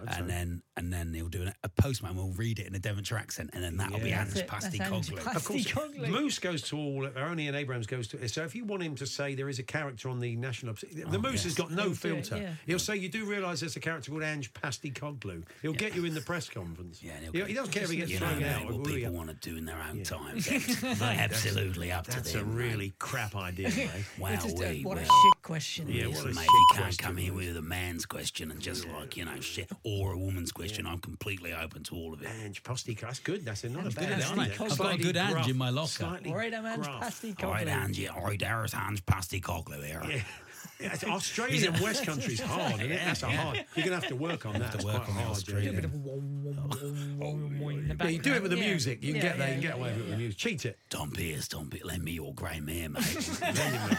Speaker 3: and then and then they'll do an, a postman. will read it in a Devonshire accent, and then that'll be
Speaker 5: Yeah.
Speaker 3: Ange
Speaker 4: That's it,
Speaker 3: Pasty
Speaker 4: that's Ange
Speaker 3: Coglu.
Speaker 4: Pasty.
Speaker 5: Of course,
Speaker 4: Coglu.
Speaker 5: Moose goes to all. Ernie and Abrams goes to. So if you want him to say there is a character on the national, obs- the
Speaker 3: Oh,
Speaker 5: Moose has got no
Speaker 4: He'll do it,
Speaker 5: filter.
Speaker 4: yeah.
Speaker 5: He'll say you do realise there's a character called Ange Pasty Coglu. He'll get you in the press conference.
Speaker 3: Yeah, and he'll
Speaker 5: he,
Speaker 3: go,
Speaker 5: he doesn't care if he gets
Speaker 3: You know,
Speaker 5: thrown
Speaker 3: mate,
Speaker 5: out.
Speaker 3: what
Speaker 5: will he?
Speaker 3: people want to do in their own time. That's absolutely up to
Speaker 5: That's a
Speaker 3: them. mate.
Speaker 5: really crap idea. mate.
Speaker 3: wow.
Speaker 4: It's just a-
Speaker 3: we,
Speaker 4: what a
Speaker 3: well.
Speaker 4: shit question.
Speaker 5: Yeah,
Speaker 3: Yes,
Speaker 5: what
Speaker 3: mate,
Speaker 5: a shit
Speaker 3: you can't
Speaker 5: question,
Speaker 3: come here with a man's question and just like, you know, shit, or a woman's question. I'm completely open to all of it.
Speaker 5: Ange Pasty Coglu. That's good. That's another
Speaker 4: Ange
Speaker 5: bad
Speaker 4: Pasty
Speaker 5: idea.
Speaker 4: Coglu. I've got a
Speaker 5: Slightly
Speaker 3: good Ange
Speaker 5: gruff,
Speaker 3: in my locker.
Speaker 5: slightly
Speaker 4: All right, I'm Ange
Speaker 5: gruff.
Speaker 4: Pasty
Speaker 3: All right,
Speaker 4: Coglu.
Speaker 3: Angie. All right, there's Ange Pasty Coglu here.
Speaker 5: Yeah. Yeah, it's- Australian West Country's hard, isn't it? That's a hard. You're gonna have to work on that.
Speaker 3: to
Speaker 5: It's
Speaker 3: work
Speaker 5: quite
Speaker 3: on the
Speaker 5: hard,
Speaker 3: Australian.
Speaker 5: yeah.
Speaker 4: Bit of wom, wom, wom, wom, wom in the
Speaker 5: Yeah, you do it with the
Speaker 4: background.
Speaker 5: music. You can
Speaker 4: Yeah,
Speaker 5: get there. You
Speaker 4: yeah,
Speaker 5: can get
Speaker 4: yeah,
Speaker 5: away
Speaker 4: yeah.
Speaker 5: with it with music. Cheat it.
Speaker 3: Tom Pierce, Tom Pierce, lend me your grey mare, mate.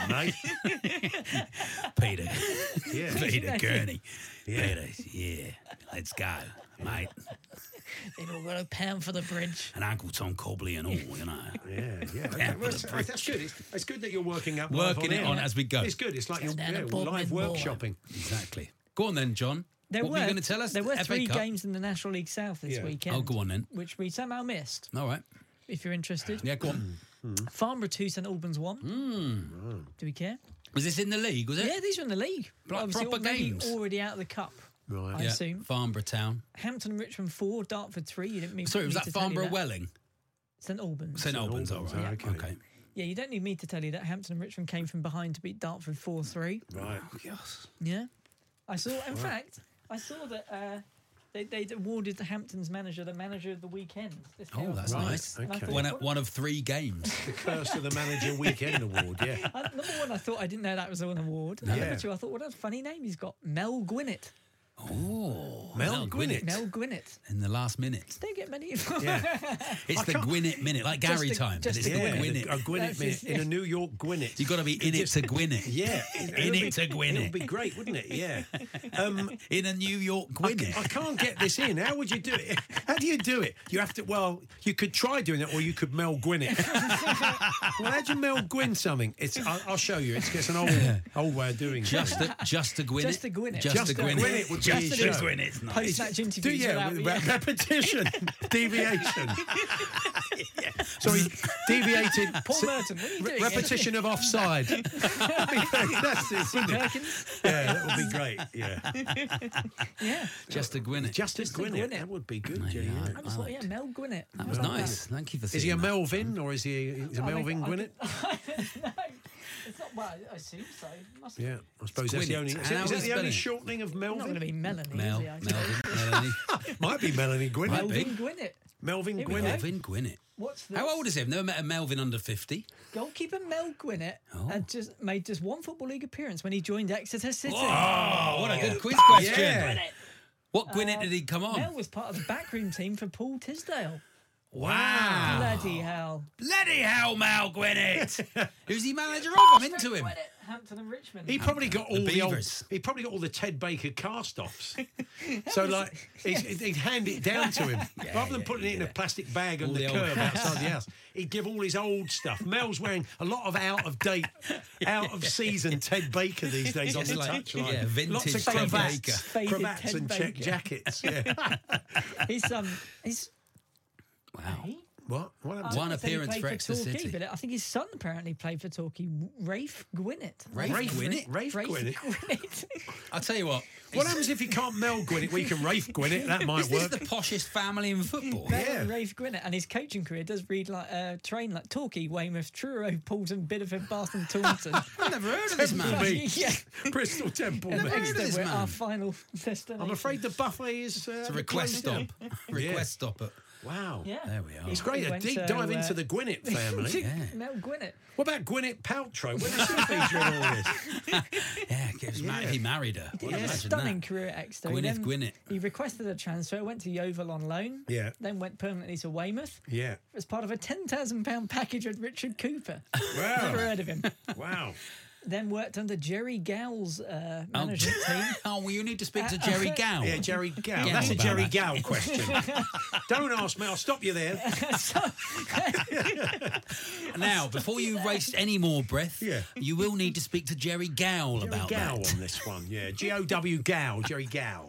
Speaker 5: mate.
Speaker 3: Peter.
Speaker 5: Yeah.
Speaker 3: Peter Kearney.
Speaker 5: Yeah.
Speaker 3: Peter, yeah. Let's go, mate.
Speaker 4: They've all got a pound for the bridge.
Speaker 3: And Uncle Tom Cobley and all, you know.
Speaker 5: Yeah, yeah. Okay, well, that's, that's good. It's, it's good that you're working up. live
Speaker 3: Working it
Speaker 5: air.
Speaker 3: on as we go.
Speaker 5: It's good. It's like you're
Speaker 4: down
Speaker 5: yeah,
Speaker 4: the Bournemouth
Speaker 5: live
Speaker 4: Bowl.
Speaker 5: workshopping.
Speaker 3: Exactly. Go on then, John.
Speaker 4: There
Speaker 3: what
Speaker 4: were,
Speaker 3: were you going to tell us?
Speaker 4: There were
Speaker 3: FA
Speaker 4: three
Speaker 3: Cup?
Speaker 4: games in the National League South this
Speaker 5: Yeah.
Speaker 4: weekend.
Speaker 3: Oh, go on then.
Speaker 4: Which we somehow missed,
Speaker 3: All right.
Speaker 4: if you're interested.
Speaker 3: Yeah, go on.
Speaker 5: Mm-hmm.
Speaker 4: Farnborough 2, St Albans 1.
Speaker 3: Hmm.
Speaker 4: Do we care?
Speaker 3: Was this in the league, was it?
Speaker 4: Yeah, these are in the league.
Speaker 3: Like
Speaker 4: Obviously,
Speaker 3: proper
Speaker 4: already,
Speaker 3: games.
Speaker 4: already out of the cup,
Speaker 5: Right.
Speaker 4: I
Speaker 3: Yeah,
Speaker 4: assume.
Speaker 3: Farnborough Town.
Speaker 4: Hampton Richmond 4, Dartford 3. You didn't mean
Speaker 3: Sorry,
Speaker 4: me
Speaker 3: was that
Speaker 4: to tell you
Speaker 3: Farnborough
Speaker 4: that.
Speaker 3: Welling?
Speaker 4: St Albans.
Speaker 3: St Albans, all
Speaker 5: Albans,
Speaker 3: right.
Speaker 5: yeah, okay.
Speaker 3: Okay.
Speaker 4: Yeah, you don't need me to tell you that Hampton and Richmond came from behind to beat Dartford 4 3.
Speaker 5: Right.
Speaker 3: Oh,
Speaker 4: Yeah. I saw, in fact, I saw that uh, they, they awarded the Hamptons manager the manager of the weekend. this day
Speaker 3: Oh, that's
Speaker 4: afternoon.
Speaker 3: nice.
Speaker 4: And I
Speaker 5: Okay.
Speaker 4: thought,
Speaker 3: One, of- one of three games.
Speaker 5: The curse of the manager weekend award. Yeah.
Speaker 4: I, number one, I thought I didn't know that was an award. And
Speaker 5: Yeah.
Speaker 4: Number two, I thought, what a funny name he's got. Mel Gwinnett.
Speaker 3: Oh,
Speaker 5: Mel Gwinnett.
Speaker 4: Mel Gwinnett.
Speaker 3: In the last minute.
Speaker 4: Don't get many.
Speaker 5: Yeah.
Speaker 3: It's the
Speaker 5: can't-
Speaker 3: Gwinnett minute, like
Speaker 4: Just
Speaker 3: Gary
Speaker 4: the-
Speaker 3: time. but
Speaker 4: just
Speaker 3: It's
Speaker 4: the
Speaker 3: the
Speaker 5: Yeah.
Speaker 3: Gwinnett.
Speaker 5: A Gwinnett
Speaker 4: That's
Speaker 5: minute
Speaker 4: just-
Speaker 5: in a New York Gwinnett.
Speaker 3: You've got to be in it to win it.
Speaker 5: Yeah.
Speaker 3: In it to Gwinnett.
Speaker 5: It would be great, wouldn't it? Yeah. Um,
Speaker 3: In a New York Gwinnett.
Speaker 5: I can't get this in. How would you do it? How do you do it? You have to. Well, you could try doing it, or you could Mel Gwyn it. well, how do you Mel Gwyn something? It's. I'll, I'll show you. It's, it's an old old way of doing
Speaker 3: Just
Speaker 5: it.
Speaker 3: a, just a Gwinnett.
Speaker 4: Just a Gwinnett.
Speaker 3: Just,
Speaker 4: Just
Speaker 3: a
Speaker 4: a
Speaker 3: Gwinnett.
Speaker 5: Gwinnett would be
Speaker 3: just
Speaker 5: a
Speaker 3: a
Speaker 5: show.
Speaker 3: Gwinnett's nice.
Speaker 4: Post match
Speaker 5: Do
Speaker 4: interviews.
Speaker 5: yeah,
Speaker 4: without-
Speaker 5: with re- repetition, deviation. So he deviated.
Speaker 4: Paul Merton, what are you
Speaker 5: re-
Speaker 4: doing?
Speaker 5: repetition of offside. That's it, wouldn't it?
Speaker 4: Perkins?
Speaker 5: Yeah, that would be great. Yeah,
Speaker 4: Yeah.
Speaker 3: Just a Gwinnett.
Speaker 5: Justin Gwynett.
Speaker 4: Gwinnett.
Speaker 5: That would be good. yeah, yeah.
Speaker 4: I just thought, yeah, Mel Gwinnett.
Speaker 3: That was nice. Thank you for
Speaker 5: Is he a
Speaker 3: saying that.
Speaker 5: Melvin or is he a, is a
Speaker 4: I think-
Speaker 5: Melvin
Speaker 4: I
Speaker 5: Gwinnett?
Speaker 4: no, it's not. Well, I assume so. Must
Speaker 5: Yeah, I suppose that's the
Speaker 3: Gwynett.
Speaker 5: only.
Speaker 3: And
Speaker 5: Is,
Speaker 3: how
Speaker 5: it, is
Speaker 3: is
Speaker 5: that the
Speaker 3: spelling?
Speaker 5: only shortening of
Speaker 4: Not
Speaker 5: Melvin?
Speaker 4: going to be Melanie.
Speaker 3: Mel,
Speaker 4: is it? I suppose.
Speaker 3: Melvin, Melanie,
Speaker 5: Might be Melanie Gwynett.
Speaker 3: Might
Speaker 4: Melvin
Speaker 3: be.
Speaker 4: Gwinnett.
Speaker 5: Melvin
Speaker 4: Here we
Speaker 5: Gwynett.
Speaker 3: Melvin Gwinnett.
Speaker 4: What's the
Speaker 3: How old is he? I've never met a Melvin under 50.
Speaker 4: goalkeeper Mel Gwinnett had just made just one football league appearance when he joined Exeter City.
Speaker 3: Oh, what a good quiz question.
Speaker 5: Yeah.
Speaker 4: Uh,
Speaker 3: What Gwinnett did he come on?
Speaker 4: Mel was part of the backroom team for Paul Tisdale.
Speaker 3: Wow.
Speaker 4: Bloody hell.
Speaker 3: Bloody hell, Mal Gwinnett! Who's he manager of? I'm into him.
Speaker 4: Hampton and Richmond.
Speaker 5: He probably got all the, old,
Speaker 3: Beavers.
Speaker 5: he probably got all the Ted Baker cast offs. so like he's, he'd hand it down to him rather than
Speaker 3: yeah,
Speaker 5: putting it in a plastic bag
Speaker 3: All
Speaker 5: on the,
Speaker 3: the old-
Speaker 5: curb outside the house. He'd give all his old stuff. Mel's wearing a lot of out of date, out of season Ted Baker these days on
Speaker 3: Just
Speaker 5: the
Speaker 3: like,
Speaker 5: touchline.
Speaker 3: yeah,
Speaker 5: Lots of
Speaker 3: vintage Ted
Speaker 5: cravats,
Speaker 3: Baker.
Speaker 4: Faded
Speaker 5: cravats
Speaker 4: Ted
Speaker 5: and check
Speaker 4: Baker.
Speaker 5: jackets. Yeah.
Speaker 4: He's um. He's
Speaker 3: Wow.
Speaker 5: what? What happened?
Speaker 3: One
Speaker 4: I don't think he
Speaker 3: appearance
Speaker 4: played
Speaker 3: for Exeter
Speaker 4: Torquay,
Speaker 3: City.
Speaker 4: But I think his son apparently played for Torquay. Rafe Gwinnett.
Speaker 3: Rafe Gwinnett?
Speaker 5: Rafe Gwinnett.
Speaker 4: Gwinnett.
Speaker 3: I'll tell you what.
Speaker 5: What happens if you can't Mel Gwinnett? We can Rafe Gwinnett. That might
Speaker 3: Is this
Speaker 5: work.
Speaker 3: the poshest family in football?
Speaker 5: Yeah.
Speaker 4: Rafe Gwinnett and his coaching career does read like uh, train like Torquay, Weymouth, Truro, Poulton, Bideford, Bath, and Taunton.
Speaker 3: I've never heard of this
Speaker 5: Temple
Speaker 3: man.
Speaker 5: Beach.
Speaker 4: Yeah.
Speaker 5: Bristol Temple
Speaker 4: And
Speaker 3: Never heard
Speaker 5: Beach.
Speaker 3: of
Speaker 4: Exeter
Speaker 3: this
Speaker 4: were our
Speaker 3: man.
Speaker 4: final destination.
Speaker 5: I'm afraid the buffet is uh,
Speaker 3: It's a request stop.
Speaker 5: closed down.
Speaker 3: request stop. At,
Speaker 5: Wow.
Speaker 4: Yeah.
Speaker 3: There we are.
Speaker 5: It's great.
Speaker 4: He
Speaker 5: A
Speaker 4: went
Speaker 5: deep
Speaker 4: to,
Speaker 5: dive
Speaker 4: uh,
Speaker 5: into the Gwinnett family.
Speaker 4: Mel Gwinnett.
Speaker 5: What about Gwyneth Paltrow? When is she featuring all this?
Speaker 3: yeah, it was ma-
Speaker 5: Yeah.
Speaker 3: he married her. Well,
Speaker 4: He had a
Speaker 3: imagine
Speaker 4: stunning
Speaker 3: that.
Speaker 4: career at Exeter.
Speaker 3: Gwyneth
Speaker 4: Then
Speaker 3: Gwinnett.
Speaker 4: He requested a transfer, went to Yeovil on loan,
Speaker 5: Yeah.
Speaker 4: then went permanently to Weymouth
Speaker 5: Yeah.
Speaker 4: as part of a £10,000 package with Richard Cooper.
Speaker 3: Oh.
Speaker 4: Never
Speaker 5: Wow.
Speaker 4: heard of him.
Speaker 5: wow.
Speaker 4: then worked under Jerry Gowell's uh, management team.
Speaker 3: Oh, well, you need to speak to Jerry Gow.
Speaker 5: Uh, Yeah, Jerry Gow.
Speaker 3: Yeah,
Speaker 5: That's a
Speaker 3: about
Speaker 5: Jerry
Speaker 3: that.
Speaker 5: Gow question. Don't ask me. I'll stop you there.
Speaker 3: Now, before you waste any more breath,
Speaker 5: Yeah.
Speaker 3: you will need to speak to Jerry Gow
Speaker 5: Jerry
Speaker 3: about
Speaker 5: Gow
Speaker 3: that.
Speaker 5: on this one. Yeah. G O W Gow. Jerry Gow.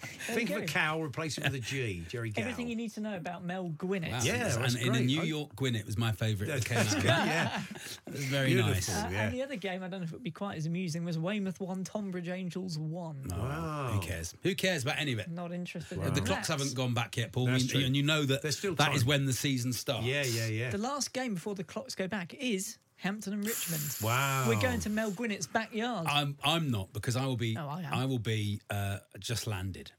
Speaker 5: Think of a
Speaker 4: go.
Speaker 5: cow, replace it with a G. Jerry Gow.
Speaker 4: Everything you need to know about Mel Gwinnett.
Speaker 3: Wow,
Speaker 5: Yeah,
Speaker 3: and
Speaker 5: that's
Speaker 3: in the
Speaker 5: great.
Speaker 3: New
Speaker 5: I-
Speaker 3: York Gwinnett was my favourite that came out. of that.
Speaker 5: yeah.
Speaker 3: It was very
Speaker 5: Beautiful.
Speaker 3: nice.
Speaker 4: Uh,
Speaker 5: Yeah.
Speaker 4: And the other game, I don't know if it would be quite as amusing, was Weymouth 1, Tonbridge Angels 1.
Speaker 5: Wow.
Speaker 3: Who cares? Who cares about any of it?
Speaker 4: Not interested
Speaker 3: Uh,
Speaker 4: in
Speaker 3: Oh. The
Speaker 4: that.
Speaker 3: clocks haven't gone back yet, Paul,
Speaker 5: That's
Speaker 3: and-
Speaker 5: true.
Speaker 3: and you know that
Speaker 5: There's still
Speaker 3: that
Speaker 5: time.
Speaker 3: is when the season starts.
Speaker 5: Yeah, yeah, yeah.
Speaker 4: The last game before the clocks go back is Hampton and Richmond.
Speaker 5: Wow.
Speaker 4: We're going to Mel Gwinnett's backyard.
Speaker 3: I'm I'm not because I will be
Speaker 4: Oh, I am.
Speaker 3: I, will be uh, just landed,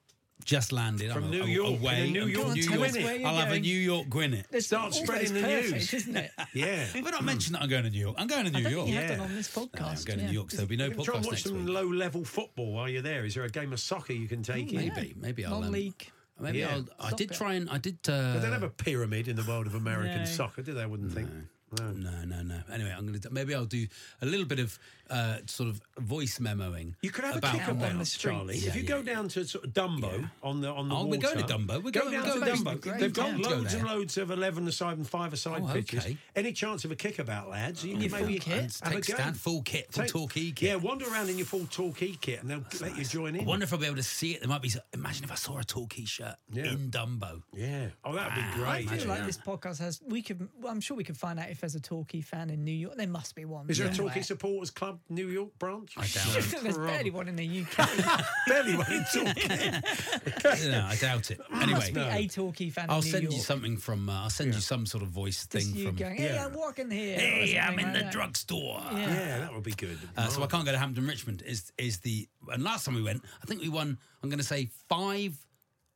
Speaker 3: just landed
Speaker 5: From
Speaker 3: I'm a-
Speaker 5: New
Speaker 3: a-
Speaker 5: York, in
Speaker 3: away.
Speaker 5: a New
Speaker 3: I'm from
Speaker 5: York
Speaker 3: New
Speaker 5: Gwynedd.
Speaker 4: Where
Speaker 3: York.
Speaker 4: you
Speaker 3: I'll have a
Speaker 4: going?
Speaker 3: New York Gwinnett.
Speaker 4: It's
Speaker 5: Start
Speaker 4: almost
Speaker 5: spreading the
Speaker 4: perfect,
Speaker 5: news.
Speaker 4: isn't it? I
Speaker 5: Yeah.
Speaker 3: We're not mentioning that I'm going to New York. I'm going to New
Speaker 4: don't
Speaker 3: York.
Speaker 4: think you have
Speaker 5: Yeah.
Speaker 4: done on this
Speaker 3: No, I'm
Speaker 4: podcast.
Speaker 3: going to
Speaker 4: yeah.
Speaker 3: New York, so there'll be no
Speaker 5: You can try and
Speaker 3: podcast
Speaker 5: watch
Speaker 3: next
Speaker 5: some
Speaker 3: week.
Speaker 5: low level football while you're there. Is there a game of soccer you can take in?
Speaker 3: Maybe, maybe I'll. Um,
Speaker 4: Non-league.
Speaker 3: maybe
Speaker 5: Yeah.
Speaker 3: I'll. I
Speaker 4: Stop
Speaker 3: did
Speaker 4: it.
Speaker 3: try and I did. Uh,
Speaker 5: They don't have a pyramid in the world of American
Speaker 4: No.
Speaker 5: soccer, do they? I wouldn't think. No.
Speaker 3: no, no, no. Anyway, I'm going to maybe I'll do a little bit of uh, sort of voice memoing.
Speaker 5: You could have
Speaker 3: about
Speaker 5: a kick up
Speaker 3: Mel.
Speaker 5: on the streets.
Speaker 3: Yeah,
Speaker 5: if you
Speaker 3: yeah,
Speaker 5: go
Speaker 3: yeah.
Speaker 5: down to sort of Dumbo on the on the
Speaker 3: Oh, we're
Speaker 5: water,
Speaker 3: going to Dumbo. We're
Speaker 5: go
Speaker 3: going-
Speaker 5: down
Speaker 3: we're
Speaker 5: to
Speaker 3: going.
Speaker 5: Dumbo.
Speaker 3: It's great.
Speaker 5: They've
Speaker 3: Yeah.
Speaker 5: got
Speaker 3: Let's go
Speaker 5: loads and
Speaker 3: there.
Speaker 5: loads of eleven aside and five aside
Speaker 3: Oh,
Speaker 5: pitches.
Speaker 3: okay.
Speaker 5: Any chance of a kickabout, lads? You can
Speaker 3: full
Speaker 5: maybe
Speaker 3: kit.
Speaker 5: have a
Speaker 3: Take
Speaker 5: go.
Speaker 3: stand, full kit, full
Speaker 5: Take-
Speaker 3: Torquay kit.
Speaker 5: Yeah, wander around in your full Torquay kit, and they'll let you join
Speaker 3: I
Speaker 5: in.
Speaker 3: wonder if I'll be able to see it. There might be. some- Imagine if I saw a Torquay shirt
Speaker 5: Yeah.
Speaker 3: in Dumbo.
Speaker 5: Yeah. Oh, that'd be
Speaker 3: Wow,
Speaker 5: great.
Speaker 4: I feel
Speaker 3: Imagine
Speaker 4: like
Speaker 3: that.
Speaker 4: this podcast has. We could. Well, I'm sure we could find out if there's a Torquay fan in New York. There must be one.
Speaker 5: Is there a
Speaker 4: somewhere.
Speaker 5: Torquay Supporters Club New York branch?
Speaker 3: I doubt it.
Speaker 4: There's barely one in the UK.
Speaker 5: Barely one in Torquay.
Speaker 3: no, I doubt it. Anyway,
Speaker 4: must be a Torquay fan.
Speaker 3: I'll
Speaker 4: in New
Speaker 3: send you
Speaker 4: York.
Speaker 3: something from. Uh, I'll send you some sort of voice
Speaker 4: Just
Speaker 3: thing
Speaker 4: you
Speaker 3: from.
Speaker 4: going, hey,
Speaker 5: Yeah.
Speaker 4: I'm walking here. or
Speaker 3: Hey, I'm
Speaker 4: something
Speaker 3: in
Speaker 4: like
Speaker 3: the
Speaker 4: that.
Speaker 3: drugstore.
Speaker 4: Yeah.
Speaker 5: Yeah, that would be good.
Speaker 3: Uh, so I can't go to Hampton Richmond. Is is the and last time we went, I think we won. I'm going to say five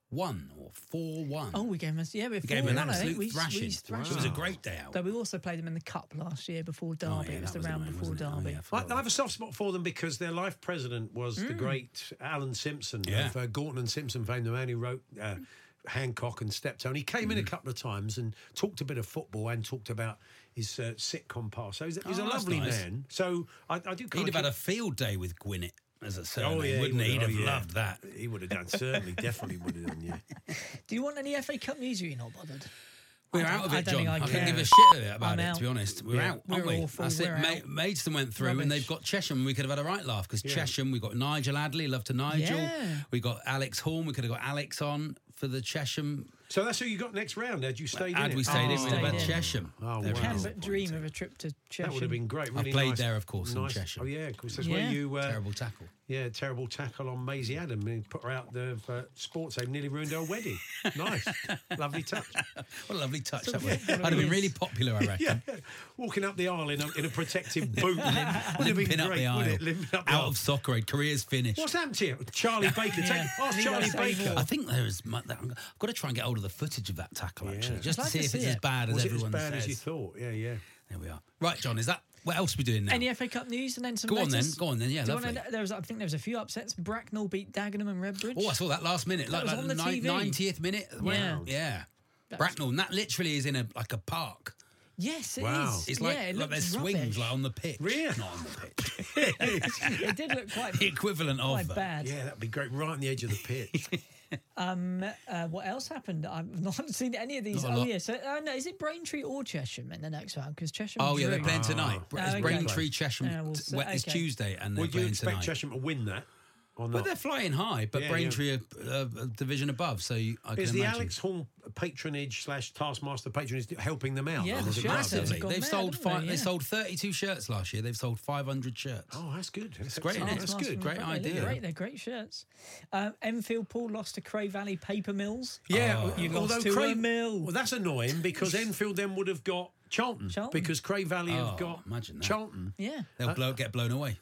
Speaker 3: one or four one.
Speaker 4: Oh, we gave him. A, yeah, we
Speaker 3: we gave him an absolute
Speaker 4: we,
Speaker 3: thrashing.
Speaker 4: We
Speaker 3: It was
Speaker 4: thrashed
Speaker 3: a
Speaker 4: them.
Speaker 3: great day out.
Speaker 4: Though we also played them in the cup last year before Derby.
Speaker 3: Oh, yeah,
Speaker 4: it was
Speaker 3: that
Speaker 4: the round
Speaker 3: annoying,
Speaker 4: before
Speaker 3: wasn't it? Oh,
Speaker 4: Derby.
Speaker 3: yeah, I
Speaker 5: I,
Speaker 3: forgot
Speaker 5: I have a soft spot for them because their life president was
Speaker 4: Mm.
Speaker 5: the great Alan Simpson
Speaker 3: Yeah.
Speaker 5: of uh, Gorton and Simpson fame, the man who wrote uh, Hancock and Steptoe. He came
Speaker 3: Mm.
Speaker 5: in a couple of times and talked a bit of football and talked about his uh, sitcom past. So he's, he's
Speaker 3: Oh,
Speaker 5: a
Speaker 3: that's
Speaker 5: lovely
Speaker 3: nice.
Speaker 5: man. So I, I do
Speaker 3: He'd
Speaker 5: kind
Speaker 3: have had a
Speaker 5: of.
Speaker 3: field day with Gwinnett as a surname,
Speaker 5: Oh, yeah, he
Speaker 3: wouldn't he? He'd
Speaker 5: would have,
Speaker 3: have
Speaker 5: oh, yeah.
Speaker 3: loved that.
Speaker 5: He would have done certainly, definitely would have done. Yeah,
Speaker 4: Do you want any FA Cup news? Or You're not bothered.
Speaker 3: We're
Speaker 4: I
Speaker 3: out
Speaker 4: don't-
Speaker 3: of it,
Speaker 4: I don't
Speaker 3: John.
Speaker 4: think
Speaker 3: I,
Speaker 4: I
Speaker 3: couldn't
Speaker 4: can.
Speaker 3: give a shit about
Speaker 4: I'm
Speaker 3: it,
Speaker 4: out.
Speaker 3: to be honest. We're out, aren't
Speaker 4: We're
Speaker 3: we?
Speaker 4: awful,
Speaker 3: That's it.
Speaker 4: we're
Speaker 3: Ma-
Speaker 4: out.
Speaker 3: Maidstone went through and
Speaker 4: Rubbish.
Speaker 3: they've got Chesham. We could have had a right laugh because Chesham, we got Nigel Adley, love to Nigel.
Speaker 4: Yeah.
Speaker 3: We got Alex Horn. We could have got Alex on for the Chesham.
Speaker 5: so that's who you got next round. Had you stayed in?
Speaker 3: Had
Speaker 5: it?
Speaker 3: we stayed
Speaker 4: Oh,
Speaker 3: in, we'd have had
Speaker 4: stayed in.
Speaker 3: Chesham.
Speaker 5: Oh,
Speaker 3: There
Speaker 5: wow.
Speaker 3: it
Speaker 4: Can
Speaker 3: is.
Speaker 4: but dream of a trip to Cheshire.
Speaker 5: That would have been great. Really
Speaker 3: played
Speaker 5: nice-
Speaker 3: there, of course, in
Speaker 5: nice-
Speaker 3: Cheshire.
Speaker 5: Oh yeah, because that's
Speaker 4: Yeah.
Speaker 5: where you uh,
Speaker 3: Terrible tackle.
Speaker 5: Yeah, terrible tackle on Maisie Adam. He put her out the uh, sports aid, nearly ruined her wedding. Nice. Lovely touch.
Speaker 3: What a lovely touch that
Speaker 4: Sort
Speaker 3: was.
Speaker 4: of what
Speaker 3: I'd have been
Speaker 4: it
Speaker 3: really
Speaker 4: is.
Speaker 3: popular, I reckon.
Speaker 5: Yeah. Walking up the aisle in a, in a protective boot. Would have been
Speaker 3: Limping
Speaker 5: great.
Speaker 3: up the aisle.
Speaker 5: wouldn't it? Limping up the
Speaker 3: Out
Speaker 5: aisle.
Speaker 3: of soccer aid. Career's finished.
Speaker 5: What's happened to you? Charlie Baker. Take,
Speaker 4: Yeah.
Speaker 5: Ask
Speaker 4: Need I
Speaker 5: Charlie
Speaker 4: say
Speaker 5: Baker.
Speaker 4: more?
Speaker 3: I think there is. mu- that- I've got to try and get hold of the footage of that tackle actually, just to
Speaker 4: I'd like
Speaker 3: see
Speaker 4: to
Speaker 3: if it's
Speaker 4: see
Speaker 3: as
Speaker 4: it.
Speaker 3: bad as
Speaker 5: Was it as
Speaker 3: everyone
Speaker 5: bad
Speaker 3: says.
Speaker 5: as you thought? Yeah, yeah.
Speaker 3: There we are. Right, John. Is that what else are we doing now?
Speaker 4: Any FA Cup news and then some.
Speaker 3: Go on
Speaker 4: letters?
Speaker 3: then, go on then, yeah,
Speaker 4: Do you wanna
Speaker 3: lovely.
Speaker 4: know- there was, I think there was a few upsets. Bracknell beat Dagenham and Redbridge.
Speaker 3: Oh, I saw Oh, that last minute,
Speaker 4: That
Speaker 3: like,
Speaker 4: was
Speaker 3: like
Speaker 4: on the TV.
Speaker 3: ninetieth minute.
Speaker 4: Yeah.
Speaker 3: yeah. Bracknell, and that literally is in a like a park.
Speaker 4: Yes, it is.
Speaker 5: Wow.
Speaker 3: It's like,
Speaker 4: yeah, it
Speaker 3: like
Speaker 4: looks
Speaker 3: there's swings
Speaker 4: rubbish.
Speaker 3: like on the pitch.
Speaker 5: Really?
Speaker 3: Not on the pitch.
Speaker 4: it did look quite,
Speaker 3: the equivalent
Speaker 4: quite
Speaker 3: of uh, that.
Speaker 4: bad.
Speaker 5: Yeah, that'd be great. Right on the edge of the pitch.
Speaker 4: Uh, what else happened? I've not seen any of these.
Speaker 3: Not a
Speaker 4: Oh
Speaker 3: lot.
Speaker 4: yeah, so uh, no, is it Braintree or Chesham in the next round? Because Chesham.
Speaker 3: Oh yeah, they're
Speaker 4: drew.
Speaker 3: playing tonight.
Speaker 5: Oh,
Speaker 3: it's
Speaker 4: okay.
Speaker 3: Braintree Chesham.
Speaker 4: Yeah, we'll
Speaker 3: t-
Speaker 4: see.
Speaker 3: It's
Speaker 4: Okay.
Speaker 3: Tuesday, and they're
Speaker 5: Would you
Speaker 3: playing
Speaker 5: expect
Speaker 3: tonight.
Speaker 5: Chesham to win that or
Speaker 3: But
Speaker 5: not?
Speaker 3: they're flying high, but
Speaker 5: Yeah, yeah.
Speaker 3: Braintree Are, uh, a division above, so you, I
Speaker 5: Is
Speaker 3: can
Speaker 5: the
Speaker 3: imagine.
Speaker 5: Alex Hall patronage slash taskmaster patronage helping them out?
Speaker 4: Yeah,
Speaker 5: Or
Speaker 4: the
Speaker 5: is it
Speaker 4: shirts
Speaker 5: massive?
Speaker 4: have
Speaker 3: Massively,
Speaker 4: gone
Speaker 3: they've
Speaker 4: mad,
Speaker 3: sold
Speaker 4: haven't they?
Speaker 3: five. They
Speaker 4: Yeah.
Speaker 3: sold thirty-two shirts last year. They've sold five hundred shirts.
Speaker 5: Oh, that's good. That's
Speaker 3: great,
Speaker 5: excellent.
Speaker 3: isn't it?
Speaker 5: That's
Speaker 3: It's
Speaker 5: good.
Speaker 3: Great
Speaker 4: They look
Speaker 3: idea.
Speaker 4: Great, they're great shirts. Um, Enfield Paul lost to Cray Valley Paper Mills.
Speaker 5: Yeah,
Speaker 4: you lost
Speaker 5: Oh. although
Speaker 4: to a
Speaker 5: Cray,
Speaker 4: mill.
Speaker 5: Well, that's annoying because Enfield then would have got Charlton,
Speaker 4: Charlton.
Speaker 5: because Cray Valley
Speaker 3: Oh,
Speaker 5: have got
Speaker 3: imagine that.
Speaker 5: Charlton.
Speaker 4: Yeah,
Speaker 3: They'll blow, get blown away.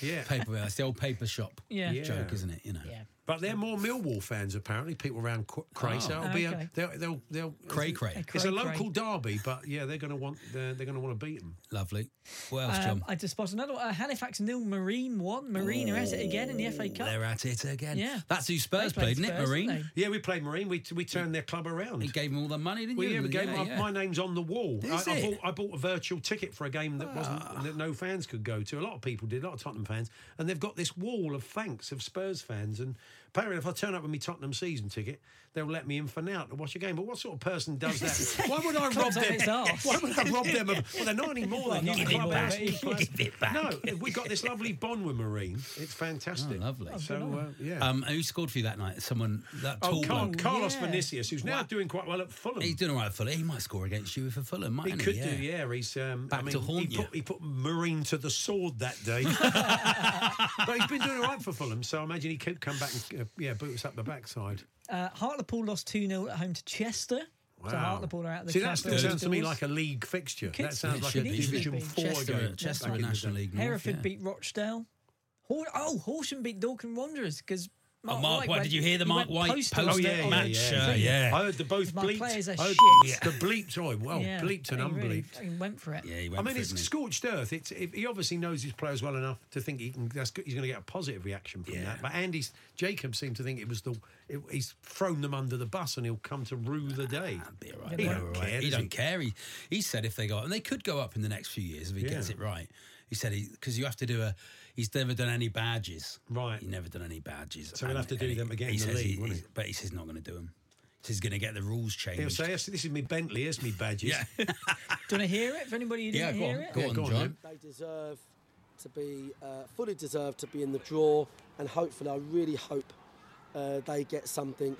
Speaker 5: Yeah.
Speaker 3: Paper, it's the old paper shop
Speaker 4: yeah,
Speaker 5: Yeah.
Speaker 3: joke, isn't it? You know,
Speaker 4: yeah.
Speaker 5: But they're more Millwall fans apparently. People around Qu- Cray, so it'll be
Speaker 4: Okay.
Speaker 5: a they'll they'll, they'll
Speaker 3: Oh. Cray Cray,
Speaker 5: It's a
Speaker 4: Cray,
Speaker 5: local derby, but yeah, they're going to want they're, they're going to want to beat them.
Speaker 3: lovely. What else, John?
Speaker 4: Um, I just spotted another one. Uh, Halifax nil, Marine one. Marine are at it again in the FA Cup.
Speaker 3: They're at it again.
Speaker 4: Yeah.
Speaker 3: that's who Spurs
Speaker 4: They played
Speaker 3: played, Nick
Speaker 4: Spurs, didn't
Speaker 3: Marine.
Speaker 5: Yeah, we played Marine. We we turned their club around.
Speaker 3: He gave them all their money, didn't
Speaker 5: Well,
Speaker 3: you?
Speaker 5: yeah, the game.
Speaker 3: Yeah,
Speaker 5: I-
Speaker 3: yeah.
Speaker 5: My name's on the wall. I,
Speaker 3: Is
Speaker 5: I,
Speaker 3: it? Ah.
Speaker 5: bought, I bought a virtual ticket for a game that wasn't that no fans could go to. A lot of people did. A lot of Tottenham fans, and they've got this wall of thanks of Spurs fans. And apparently, if I turn up with my Tottenham season ticket, they'll let me in for now to watch a game. But what sort of person does that? Why would I rob
Speaker 4: Comes up its
Speaker 5: them?
Speaker 4: arse.
Speaker 5: Why would I rob them? Of, well, they're not anymore. They're not
Speaker 4: not anymore,
Speaker 5: clubhouse.
Speaker 4: mate.
Speaker 3: Give it back.
Speaker 5: No, we've got this lovely bond with Marine. It's fantastic.
Speaker 3: Oh, lovely.
Speaker 5: So uh, yeah.
Speaker 3: Um, who scored for you that night? Someone that
Speaker 5: Oh,
Speaker 3: tall
Speaker 5: Carl-
Speaker 3: one.
Speaker 5: Carlos
Speaker 4: yeah.
Speaker 5: Vinicius, who's now doing quite well at Fulham.
Speaker 3: He's doing all right, Fulham. He might score against you for Fulham,
Speaker 5: He
Speaker 3: mightn't he?
Speaker 5: could do, yeah. He's um,
Speaker 3: Back
Speaker 5: I mean,
Speaker 3: to haunt
Speaker 5: he
Speaker 3: you.
Speaker 5: put, he put Marine to the sword that day, but he's been doing all right for Fulham. So I imagine he could come back and uh, yeah, boot us up the backside.
Speaker 4: Uh, Hartlepool lost 2 0 at home to Chester. So Hartlepool are out of the
Speaker 5: See, that still
Speaker 4: Champions
Speaker 5: sounds to me
Speaker 4: Doors.
Speaker 5: like a league fixture.
Speaker 4: Could-
Speaker 5: That sounds
Speaker 4: it
Speaker 5: like a
Speaker 4: should easily
Speaker 5: Division
Speaker 4: be.
Speaker 5: Four
Speaker 3: Chester,
Speaker 5: game.
Speaker 3: Chester
Speaker 5: back in the
Speaker 3: National
Speaker 5: day.
Speaker 3: League. North,
Speaker 4: Hereford
Speaker 3: yeah.
Speaker 4: beat Rochdale. Hor- oh, Horsham beat Dorking Wanderers because.
Speaker 3: Oh, Mark White, did you hear the Mark White poster?
Speaker 5: Oh yeah, yeah,
Speaker 3: Match,
Speaker 5: yeah.
Speaker 3: uh, yeah.
Speaker 5: I heard the both
Speaker 4: My
Speaker 5: bleeped.
Speaker 4: players are
Speaker 5: I heard
Speaker 4: shit.
Speaker 5: The bleeped, oh well, bleeped and unbleeped.
Speaker 4: went for it.
Speaker 3: Yeah, he went
Speaker 5: I mean,
Speaker 3: for it,
Speaker 5: it's
Speaker 3: didn't he?
Speaker 5: scorched earth. It's it, he obviously knows his players well enough to think he can. That's good. He's going to get a positive reaction from
Speaker 3: Yeah.
Speaker 5: that. But Andy's Jacob seemed to think it was the it, he's thrown them under the bus and he'll come to rue the day.
Speaker 3: Ah, Be all right.
Speaker 5: He
Speaker 3: He,
Speaker 5: don't
Speaker 3: don't care,
Speaker 5: care,
Speaker 3: he
Speaker 5: does
Speaker 3: don't
Speaker 5: he?
Speaker 3: care. He he said if they go up, and they could go up in the next few years if he gets
Speaker 5: Yeah.
Speaker 3: it right. He said he because you have to do a. He's never done any badges.
Speaker 5: Right.
Speaker 3: He never done any badges.
Speaker 5: So
Speaker 3: And-
Speaker 5: he'll have to do
Speaker 3: and he-
Speaker 5: them again
Speaker 3: He
Speaker 5: in the
Speaker 3: says he-
Speaker 5: league, won't
Speaker 3: he's-
Speaker 5: he?
Speaker 3: But he says he's not going to do them. He's going to get the rules changed.
Speaker 5: He'll say, yes, "This is me Bentley. Here's me badges."
Speaker 3: yeah,
Speaker 4: Do you want to hear it? For anybody who
Speaker 3: yeah.
Speaker 4: didn't
Speaker 3: Go
Speaker 4: hear
Speaker 3: on,
Speaker 4: it?
Speaker 3: go
Speaker 5: Yeah,
Speaker 3: on,
Speaker 5: go on,
Speaker 3: John.
Speaker 6: They deserve to be uh, fully deserve to be in the draw, and hopefully, I really hope uh, they get something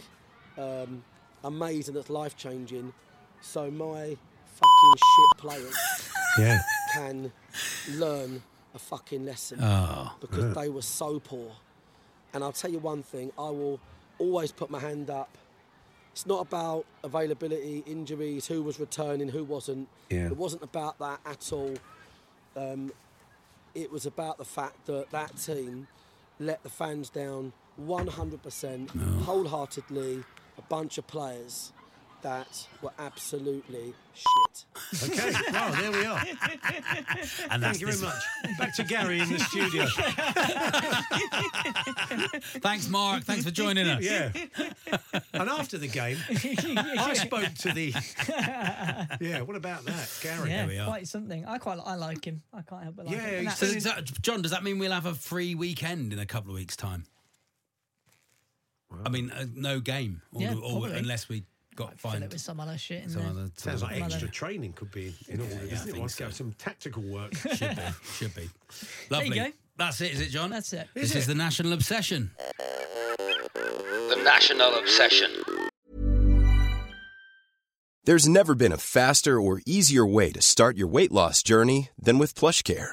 Speaker 6: um, amazing that's life changing, so my fucking shit players
Speaker 5: yeah.
Speaker 6: can learn a fucking lesson because they were so poor. And I'll tell you one thing: I will always put my hand up. It's not about availability, injuries, who was returning, who wasn't.
Speaker 5: Yeah.
Speaker 6: It wasn't about that at all. Um, it was about the fact that that team let the fans down 100%, wholeheartedly, a bunch of players that were absolutely shit.
Speaker 5: Okay. Well, there we are.
Speaker 3: And that's
Speaker 5: Thank you very
Speaker 3: this-
Speaker 5: much. Back to Gary in the studio.
Speaker 3: Thanks, Mark. Thanks for joining us.
Speaker 5: Yeah. And after the game, I spoke to the. Yeah. What about that, Gary?
Speaker 4: Yeah,
Speaker 3: we are.
Speaker 4: quite something. I quite I like him. I can't help but like
Speaker 5: Yeah,
Speaker 4: him. And
Speaker 5: he's
Speaker 3: So
Speaker 4: that-
Speaker 3: does that- John, does that mean we'll have a free weekend in a couple of weeks' time? I mean, uh, no game, or,
Speaker 4: Yeah,
Speaker 3: or
Speaker 4: probably.
Speaker 3: unless we got
Speaker 4: fill it
Speaker 3: fined.
Speaker 4: with some other shit in
Speaker 3: some
Speaker 4: there.
Speaker 3: other-
Speaker 5: Sounds like
Speaker 4: Well,
Speaker 5: extra
Speaker 4: then.
Speaker 5: training could be in order,
Speaker 3: yeah, I
Speaker 5: doesn't it?
Speaker 3: think
Speaker 5: Wants to have
Speaker 3: so.
Speaker 5: some tactical work.
Speaker 3: Should be. Should be.
Speaker 4: There
Speaker 3: Lovely.
Speaker 4: you go.
Speaker 3: That's it, is it, John?
Speaker 4: That's it.
Speaker 3: This is the National Obsession.
Speaker 2: The National Obsession.
Speaker 7: There's never been a faster or easier way to start your weight loss journey than with PlushCare.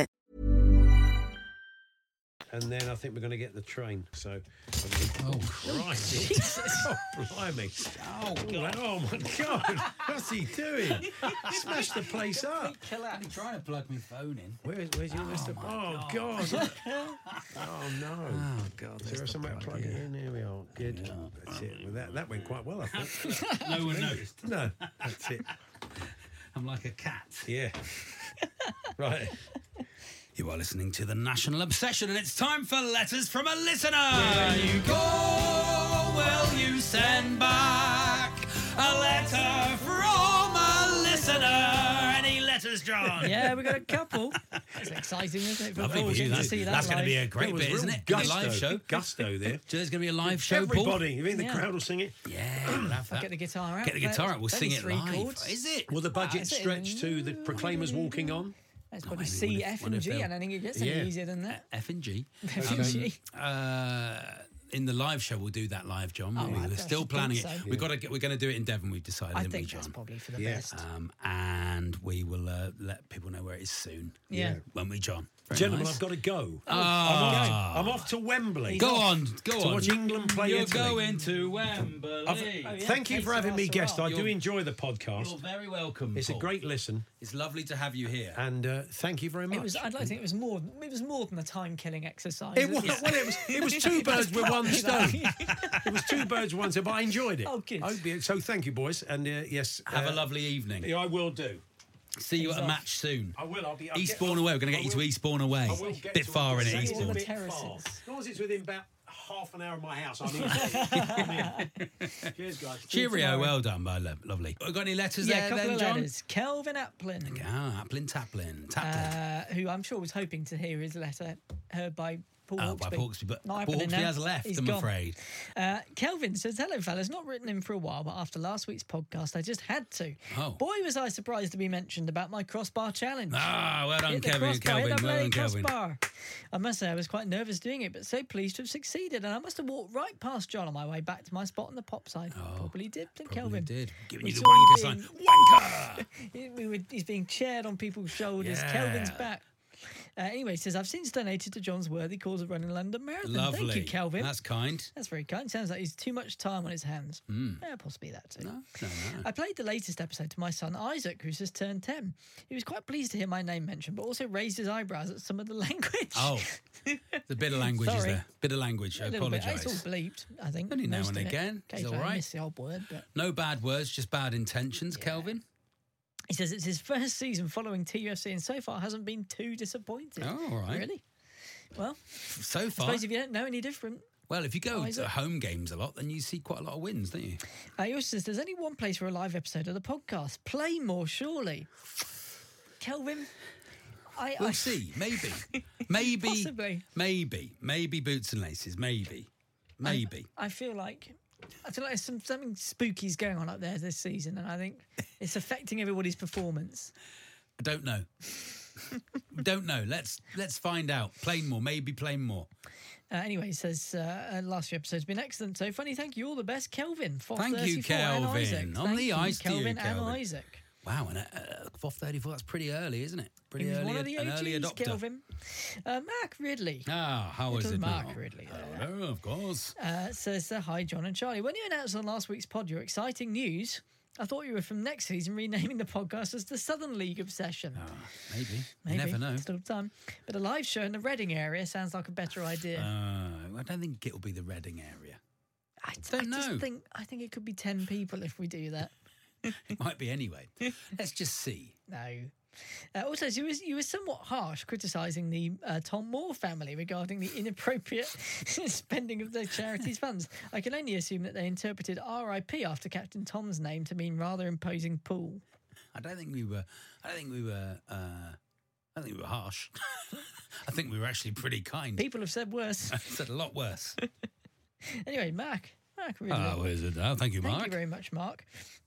Speaker 5: And then I think we're going to get the train. So, oh Christ! oh, blimey! Oh, God. oh my God! What's he doing? Smash the place up!
Speaker 3: I'm trying to plug my phone in.
Speaker 5: Where is, where's your list of? Oh God! oh no! Oh God! Is there somewhere to plug it in? Here we are. Good. That's it. Well, that that went quite well, I thought.
Speaker 3: No one noticed.
Speaker 5: no, that's it.
Speaker 3: I'm like a cat.
Speaker 5: Yeah. right.
Speaker 3: You are listening to The National Obsession, and it's time for letters from a listener. Where you go, will you send back a letter from a listener? Any letters, John?
Speaker 4: Yeah, we got a couple. It's exciting, isn't it?
Speaker 3: I
Speaker 4: People
Speaker 3: think
Speaker 4: get
Speaker 3: you,
Speaker 4: to
Speaker 3: that's
Speaker 4: see that
Speaker 3: that's going to
Speaker 4: live.
Speaker 3: be a great
Speaker 5: That was
Speaker 3: bit,
Speaker 5: real
Speaker 3: isn't it? A
Speaker 5: Gusto,
Speaker 3: live show.
Speaker 5: Gusto there.
Speaker 3: So There's going to be a live show, Paul?
Speaker 5: Everybody, you think the
Speaker 4: Yeah.
Speaker 5: crowd will sing it?
Speaker 3: Yeah, we'll have that.
Speaker 4: Get the guitar out.
Speaker 3: Get the guitar out. We'll
Speaker 4: There's
Speaker 3: sing it
Speaker 4: three
Speaker 3: live.
Speaker 4: chords.
Speaker 3: Is it?
Speaker 5: Will the budget
Speaker 4: is it?
Speaker 5: stretch to the Proclaimers walking on?
Speaker 4: That's probably
Speaker 3: maybe
Speaker 4: C,
Speaker 3: wonder if-
Speaker 4: F,
Speaker 3: wonder
Speaker 4: and
Speaker 3: if
Speaker 4: G.
Speaker 3: they'll-
Speaker 4: I don't think it gets any
Speaker 5: Yeah.
Speaker 4: easier than that.
Speaker 3: F and G.
Speaker 4: F and G.
Speaker 3: Uh, in the live show, we'll do that live, John. won't
Speaker 4: Oh,
Speaker 3: we?
Speaker 4: I
Speaker 3: We're
Speaker 4: don't
Speaker 3: still
Speaker 4: think
Speaker 3: planning
Speaker 4: so.
Speaker 3: it. We've got to get. We're going to do it in Devon. We've decided,
Speaker 4: I
Speaker 3: haven't
Speaker 4: think
Speaker 3: we,
Speaker 4: that's
Speaker 3: John?
Speaker 4: probably for the
Speaker 5: Yeah.
Speaker 4: best.
Speaker 3: Um, and we will uh, let people know where it is soon.
Speaker 4: Yeah.
Speaker 3: Won't we, John? Very
Speaker 5: Gentlemen,
Speaker 3: nice. Oh.
Speaker 5: I've got to go. I'm, off, I'm off to Wembley.
Speaker 3: Go on, go
Speaker 5: To
Speaker 3: on.
Speaker 5: watch England play
Speaker 3: You're
Speaker 5: Italy.
Speaker 3: going to Wembley.
Speaker 5: I've- Thank you
Speaker 4: Kate
Speaker 5: for having me,
Speaker 4: Sarah
Speaker 5: guest. I do
Speaker 3: You're-
Speaker 5: enjoy the
Speaker 3: You're
Speaker 5: podcast.
Speaker 3: very welcome.
Speaker 5: It's a
Speaker 3: Paul.
Speaker 5: great listen,
Speaker 3: It's lovely to have you here.
Speaker 5: and uh, thank you very much.
Speaker 4: It was. I'd like to think it was more. It was more than a time-killing exercise.
Speaker 5: It was,
Speaker 4: isn't
Speaker 5: well, it was, it was two birds with one
Speaker 4: probably
Speaker 5: stone.
Speaker 4: that.
Speaker 5: it was two birds with one stone, but I enjoyed it.
Speaker 4: Oh, good.
Speaker 5: I hope you- so thank you, boys, and uh, yes.
Speaker 3: Have
Speaker 5: uh,
Speaker 3: a lovely evening.
Speaker 5: Yeah, I will do.
Speaker 3: See you at a
Speaker 4: off.
Speaker 3: match soon.
Speaker 5: I will. I'll be. I'll get-
Speaker 3: Eastbourne away. We're going to get
Speaker 5: I
Speaker 3: you to
Speaker 5: will-
Speaker 3: Eastbourne away.
Speaker 5: I will get
Speaker 3: Bit
Speaker 5: to
Speaker 3: fall in
Speaker 5: Eastbourne.
Speaker 3: it,
Speaker 5: It's a
Speaker 3: Eastbourne.
Speaker 5: bit
Speaker 4: Terraces.
Speaker 5: far. As long as it's within about half an hour of my house, I'm in. I'm in. Cheers, guys.
Speaker 3: Cheerio. Well done, my love. Lovely. Got any letters
Speaker 4: yeah, a
Speaker 3: there,
Speaker 4: couple
Speaker 3: then,
Speaker 4: of
Speaker 3: John?
Speaker 4: letters. Kelvin Applin,
Speaker 3: Ah, Applin Taplin. Taplin.
Speaker 4: uh, who I'm sure was hoping to hear his letter heard by Paul
Speaker 3: Uh,
Speaker 4: Hawksby.
Speaker 3: by Hawksby, but
Speaker 4: Not
Speaker 3: Paul
Speaker 4: happening
Speaker 3: Hawksby
Speaker 4: now.
Speaker 3: has left,
Speaker 4: He's
Speaker 3: I'm
Speaker 4: gone.
Speaker 3: afraid.
Speaker 4: Uh, Kelvin says, Hello, fellas. Not written in for a while, but after last week's podcast, I just had to.
Speaker 3: Oh.
Speaker 4: Boy, was I surprised to be mentioned about my crossbar challenge.
Speaker 3: Ah, well done,
Speaker 4: Hit the
Speaker 3: Kevin.
Speaker 4: crossbar,
Speaker 3: Kelvin.
Speaker 4: hit the
Speaker 3: Well
Speaker 4: bloody
Speaker 3: done, Kelvin.
Speaker 4: crossbar. I must say, I was quite nervous doing it, but so pleased to have succeeded. And I must have walked right past John on my way back to my spot on the pop side. probably did, didn't
Speaker 3: Oh, Probably
Speaker 4: Kelvin?
Speaker 3: did. Giving
Speaker 4: We
Speaker 3: you the
Speaker 4: saw you
Speaker 3: wanker sign.
Speaker 4: being-
Speaker 3: Wanker!
Speaker 4: He- we were- he's being chaired on people's shoulders.
Speaker 3: Yeah.
Speaker 4: Kelvin's back. Uh, anyway, he says, I've since donated to John's worthy cause of running London Marathon.
Speaker 3: Lovely.
Speaker 4: Thank you, Kelvin.
Speaker 3: That's kind.
Speaker 4: That's very kind. Sounds like he's too much time on his hands. Yeah, possibly that too.
Speaker 3: Hmm. No, no.
Speaker 4: I played the latest episode to my son Isaac, who's just turned 10. He was quite pleased to hear my name mentioned, but also raised his eyebrows at some of the language.
Speaker 3: Oh, the bit of language is
Speaker 4: Sorry.
Speaker 3: there. Bit of language. I
Speaker 4: a little bit. It's
Speaker 3: apologise.
Speaker 4: all bleeped, I think.
Speaker 3: Only now
Speaker 4: most
Speaker 3: and
Speaker 4: of it.
Speaker 3: again. It's
Speaker 4: Occasionally
Speaker 3: all
Speaker 4: I
Speaker 3: right.
Speaker 4: miss the old word, but
Speaker 3: No bad words, just bad intentions, Kelvin.
Speaker 4: he says it's his first season following TUFC and so far hasn't been too disappointed.
Speaker 3: Oh, all right.
Speaker 4: Really? Well,
Speaker 3: So
Speaker 4: I
Speaker 3: far,
Speaker 4: suppose if you don't know any different,
Speaker 3: well, if you go
Speaker 4: Isaac.
Speaker 3: to home games a lot, then you see quite a lot of wins, don't you?
Speaker 4: Uh, he also says there's only one place for a live episode of the podcast. Play more, surely. Kelvin, I,
Speaker 3: We'll
Speaker 4: I
Speaker 3: see. Maybe, maybe,
Speaker 4: Possibly.
Speaker 3: maybe, maybe boots and laces. Maybe, maybe.
Speaker 4: I feel like I feel like there's some, something spooky's going on up there this season, and I think it's affecting everybody's performance.
Speaker 3: I don't know. don't know. Let's let's find out. Plain more. Maybe plain more.
Speaker 4: Uh, anyway, he says uh, uh, last few episodes have been excellent. So funny, thank you all the best, Kelvin. Foff
Speaker 3: Thank you,
Speaker 4: 34 and
Speaker 3: Kelvin.
Speaker 4: Isaac.
Speaker 3: On
Speaker 4: Thank
Speaker 3: the
Speaker 4: you,
Speaker 3: ice to you,
Speaker 4: Kelvin, and
Speaker 3: Kelvin.
Speaker 4: Isaac.
Speaker 3: Wow, and uh, FOF 34, that's pretty early, isn't it? Pretty
Speaker 4: He was
Speaker 3: early,
Speaker 4: one of the
Speaker 3: an early
Speaker 4: OGs,
Speaker 3: adopter.
Speaker 4: Kelvin. Uh, Mark Ridley.
Speaker 3: Ah, how is
Speaker 4: Little
Speaker 3: it
Speaker 4: Mark
Speaker 3: now?
Speaker 4: Ridley there.
Speaker 3: Hello, of course.
Speaker 4: Uh, says, uh, Hi, John and Charlie. When you announced on last week's pod your exciting news, I thought you were from next season renaming the podcast as the Southern League Obsession.
Speaker 3: Ah, Maybe. You never know.
Speaker 4: Still time. But a live show in the Reading area sounds like a better idea.
Speaker 3: Uh, I don't think it'll be the Reading area.
Speaker 4: I,
Speaker 3: don't
Speaker 4: I
Speaker 3: know.
Speaker 4: Just think, I think it could be 10 people if we do that.
Speaker 3: It might be anyway. Let's just see.
Speaker 4: No. Uh, also, you were, you were somewhat harsh criticising the uh, Tom Moore family regarding the inappropriate spending of their charity's funds. I can only assume that they interpreted RIP after Captain Tom's name to mean rather imposing pool.
Speaker 3: I don't think we were. I don't think we were uh, I think we were harsh. I think we were actually pretty kind.
Speaker 4: People have said worse.
Speaker 3: I said a lot worse.
Speaker 4: anyway, Mark. Mark really.
Speaker 3: Ah, where's it now? Thank you,
Speaker 4: Thank
Speaker 3: Mark.
Speaker 4: you very much, Mark.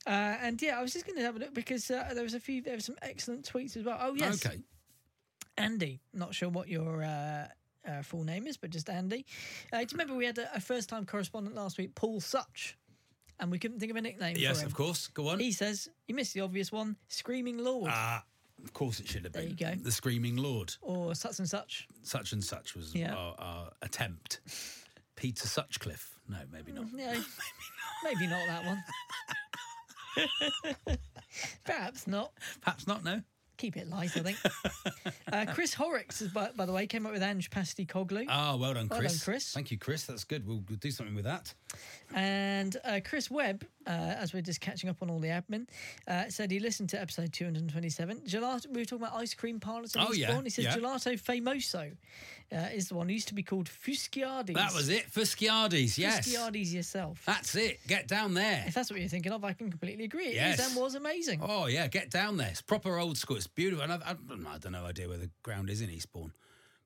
Speaker 4: Uh, and yeah, I was just going to have a look because uh, there was a few, there were some excellent tweets as well. Oh yes,
Speaker 3: Okay.
Speaker 4: Andy. Not sure what your uh, uh, full name is, but just Andy. Uh, do you remember we had a, a first-time correspondent last week, Paul Such, and we couldn't think of a nickname.
Speaker 3: Yes,
Speaker 4: for him.
Speaker 3: of course. Go on.
Speaker 4: He says you missed the obvious one, Screaming Lord,
Speaker 3: Ah, of course it should have
Speaker 4: There
Speaker 3: been.
Speaker 4: you go.
Speaker 3: The Screaming Lord.
Speaker 4: or such and such.
Speaker 3: Such and such was
Speaker 4: Yeah.
Speaker 3: our, our attempt. Peter Suchcliffe. No, maybe not.
Speaker 4: No, maybe not that one. Perhaps not.
Speaker 3: Perhaps not, no.
Speaker 4: Keep it light, I think. uh, Chris Horrocks, is, by, by the way, came up with Ange Pasty Coglu.
Speaker 3: Ah, well done,
Speaker 4: Well
Speaker 3: Chris.
Speaker 4: done, Chris.
Speaker 3: Thank you, Chris. That's good. We'll, we'll do something with that.
Speaker 4: And uh, Chris Webb, uh, as we're just catching up on all the admin, uh, said he listened to episode 227. Gelato, we were talking about ice cream parlours in
Speaker 3: Oh, yeah,
Speaker 4: Eastbourne. He said
Speaker 3: yeah.
Speaker 4: Gelato Famoso uh, is the one. It used to be called Fusciardi's.
Speaker 3: That was it. Fusciardi's, yes. Ah.
Speaker 4: Fusciardi's yourself.
Speaker 3: That's it. Get down there.
Speaker 4: If that's what you're thinking of, I can completely agree. It is
Speaker 3: Yes.
Speaker 4: and was amazing.
Speaker 3: Oh, yeah, get down there. It's proper old school. It's beautiful. And I've, I've, I don't know idea where the ground is in Eastbourne,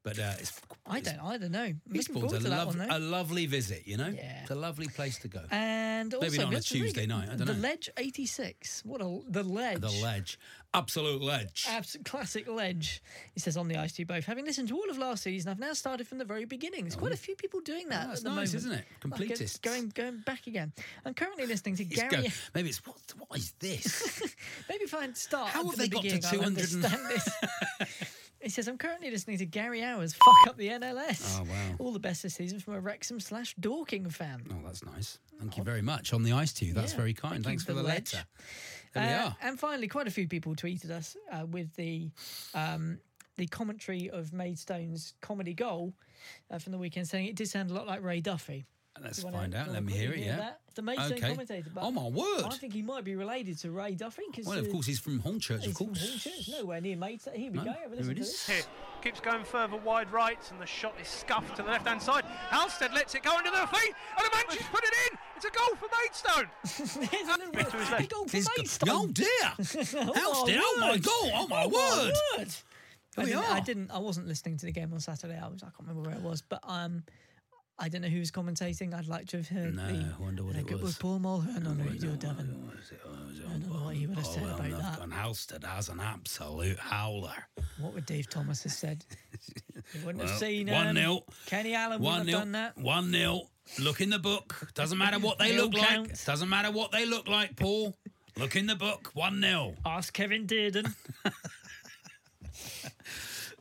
Speaker 3: but uh, it's.
Speaker 4: I don't either know. I'm looking
Speaker 3: Eastbourne's
Speaker 4: forward
Speaker 3: a,
Speaker 4: to
Speaker 3: lov-
Speaker 4: that one, though.
Speaker 3: a lovely visit, you know?
Speaker 4: Yeah.
Speaker 3: It's a lovely place to go.
Speaker 4: And also,
Speaker 3: Maybe not on a
Speaker 4: that's really
Speaker 3: Tuesday
Speaker 4: good.
Speaker 3: night, I don't
Speaker 4: the
Speaker 3: know.
Speaker 4: Ledge 86. What a the Ledge.
Speaker 3: The ledge. Absolute ledge.
Speaker 4: Absolute classic ledge. He says on the ice to you both. Having listened to all of last season, I've now started from the very beginning. There's quite a few people doing that.
Speaker 3: Oh, that's
Speaker 4: at the
Speaker 3: nice,
Speaker 4: moment.
Speaker 3: isn't it?
Speaker 4: Like, it's
Speaker 3: Completists.
Speaker 4: going going back again. I'm currently listening to
Speaker 3: It's go-
Speaker 4: Gary.
Speaker 3: maybe it's what, what is this?
Speaker 4: Maybe if I start.
Speaker 3: How
Speaker 4: at
Speaker 3: have
Speaker 4: the
Speaker 3: they got to
Speaker 4: beginning, I'll
Speaker 3: 200 and-
Speaker 4: understand this. He says, I'm currently listening to Gary Hours fuck up the NLS.
Speaker 3: Oh, wow.
Speaker 4: All the best this season from a Wrexham slash Dorking fan.
Speaker 3: Oh, that's nice. Thank you very much on the ice to you. That's
Speaker 4: Yeah.
Speaker 3: very kind.
Speaker 4: Thank
Speaker 3: Thanks
Speaker 4: you
Speaker 3: for
Speaker 4: for
Speaker 3: the
Speaker 4: the ledge.
Speaker 3: letter. There we
Speaker 4: Uh,
Speaker 3: are.
Speaker 4: And finally, quite a few people tweeted us uh, with the um, the commentary of Maidstone's comedy goal uh, from the weekend, saying it did sound a lot like Ray Duffy.
Speaker 3: Let's
Speaker 4: You wanna-
Speaker 3: find out.
Speaker 4: you
Speaker 3: Let
Speaker 4: wanna
Speaker 3: me
Speaker 4: quickly
Speaker 3: hear it. Yeah.
Speaker 4: that? The Maidstone
Speaker 3: Okay.
Speaker 4: commentator. But
Speaker 3: Oh, my word.
Speaker 4: I think he might be related to Ray Duffy. 'cause,
Speaker 3: Well, of
Speaker 4: uh,
Speaker 3: course, he's from Hornchurch, of
Speaker 4: he's from
Speaker 3: course.
Speaker 4: Hornchurch, nowhere near Maidstone. Here we
Speaker 3: No,
Speaker 4: go. Have
Speaker 3: here
Speaker 4: a listen
Speaker 3: it
Speaker 4: to
Speaker 3: is.
Speaker 4: this.
Speaker 8: Here. Keeps going further wide right, and the shot is scuffed to the left hand side. Halstead lets it go under their feet, and a man's put it in. It's a goal for Maidstone.
Speaker 4: There's a little
Speaker 8: Bit to his left.
Speaker 4: goal for
Speaker 3: He's got-
Speaker 4: Maidstone.
Speaker 3: oh, dear.
Speaker 4: Oh,
Speaker 3: House did. Oh, my
Speaker 4: word.
Speaker 3: God. Oh, my word.
Speaker 4: word.
Speaker 3: There
Speaker 4: I
Speaker 3: we
Speaker 4: didn't, I
Speaker 3: are.
Speaker 4: didn't. I wasn't listening to the game on Saturday. I was. I can't remember where it was, but um, I don't know who was commentating. I'd like to have heard.
Speaker 3: No,
Speaker 4: the,
Speaker 3: I wonder what
Speaker 4: I
Speaker 3: it
Speaker 4: think
Speaker 3: was. Oh,
Speaker 4: Paul Mulhern on Radio Devon.
Speaker 3: What is it? Oh, is it-
Speaker 4: don't know what he would have
Speaker 3: oh,
Speaker 4: said
Speaker 3: well,
Speaker 4: about
Speaker 3: enough.
Speaker 4: that.
Speaker 3: And Halstead has an absolute howler.
Speaker 4: What would Dave Thomas have said? He wouldn't have
Speaker 3: Well,
Speaker 4: seen
Speaker 3: one
Speaker 4: um,
Speaker 3: nil.
Speaker 4: Kenny Allen
Speaker 3: One
Speaker 4: wouldn't have
Speaker 3: nil.
Speaker 4: done that.
Speaker 3: One nil. Look in the book. Doesn't matter what they
Speaker 4: Nil
Speaker 3: look
Speaker 4: counts.
Speaker 3: like. Doesn't matter what they look like, Paul. Look in the book. One nil.
Speaker 4: Ask Kevin Dearden.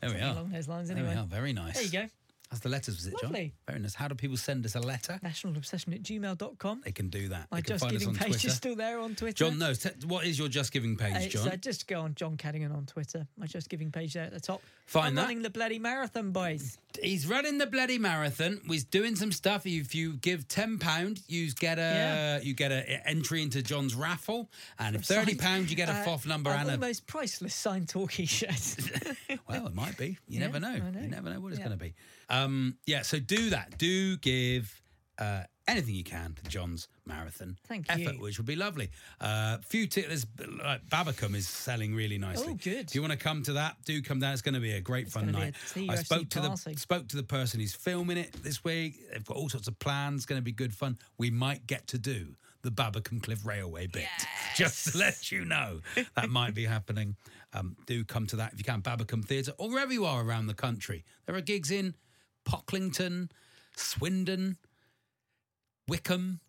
Speaker 3: There we are.
Speaker 4: Along those lines,
Speaker 3: There we
Speaker 4: anyway.
Speaker 3: are. Very nice.
Speaker 4: There you go.
Speaker 3: That's the letters, was it, John?
Speaker 4: Lovely.
Speaker 3: Very nice. How do people send us a letter?
Speaker 4: National Obsession at gmail.com.
Speaker 3: They can do that.
Speaker 4: My
Speaker 3: they can
Speaker 4: Just
Speaker 3: find us
Speaker 4: Giving
Speaker 3: on
Speaker 4: page
Speaker 3: Twitter.
Speaker 4: is still there on Twitter.
Speaker 3: John, no. Te- what is your Just Giving
Speaker 4: Uh,
Speaker 3: page,
Speaker 4: it's,
Speaker 3: John?
Speaker 4: uh, just go on John Cadogan on Twitter. My Just Giving page there at the top.
Speaker 3: Find
Speaker 4: I'm
Speaker 3: that.
Speaker 4: running the bloody marathon, boys.
Speaker 3: He's running the bloody marathon. He's doing some stuff. If you give ten pound, you get a
Speaker 4: Yeah.
Speaker 3: you get an entry into John's raffle, and if thirty pound, you get a
Speaker 4: Uh,
Speaker 3: fourth number
Speaker 4: an
Speaker 3: and a
Speaker 4: almost priceless signed talkie shirt.
Speaker 3: Well, it might be. You
Speaker 4: Yeah,
Speaker 3: never know.
Speaker 4: I know.
Speaker 3: You never know what it's
Speaker 4: Yeah.
Speaker 3: going to be. Um, yeah, so do that. Do give uh, anything you can to John's marathon
Speaker 4: Thank
Speaker 3: effort,
Speaker 4: you.
Speaker 3: which would be lovely. Uh, few tickets. Like Babacom is selling really nicely.
Speaker 4: Oh, good.
Speaker 3: If you want to come to that, do come down. It's going to be a great fun
Speaker 4: gonna be
Speaker 3: night.
Speaker 4: a
Speaker 3: I
Speaker 4: TUFC
Speaker 3: spoke to
Speaker 4: party.
Speaker 3: the spoke to the person who's filming it this week. They've got all sorts of plans. Going to be good fun. We might get to do the Babacom Cliff Railway bit. Just to let you know that might be happening. Um, do come to that if you can. Babacom Theatre or wherever you are around the country. There are gigs in Pocklington, Swindon, Wickham.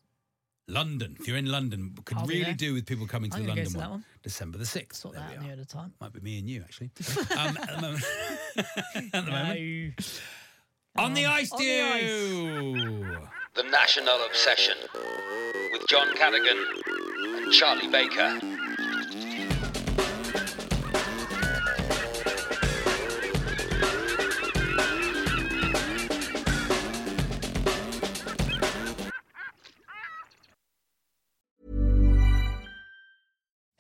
Speaker 3: London. If you're in London, could
Speaker 4: I'll be
Speaker 3: really
Speaker 4: there.
Speaker 3: do with people coming to
Speaker 4: Oh, I'm
Speaker 3: the
Speaker 4: gonna go
Speaker 3: London
Speaker 4: to that one.
Speaker 3: December the sixth.
Speaker 4: Sort
Speaker 3: There
Speaker 4: that
Speaker 3: we
Speaker 4: out
Speaker 3: are.
Speaker 4: the other time.
Speaker 3: Might be me and you actually. um, at the moment, at the moment.
Speaker 4: No.
Speaker 3: on the ice,
Speaker 4: on the ice.
Speaker 3: dew.
Speaker 2: The National Obsession with John Cadogan and Charlie Baker.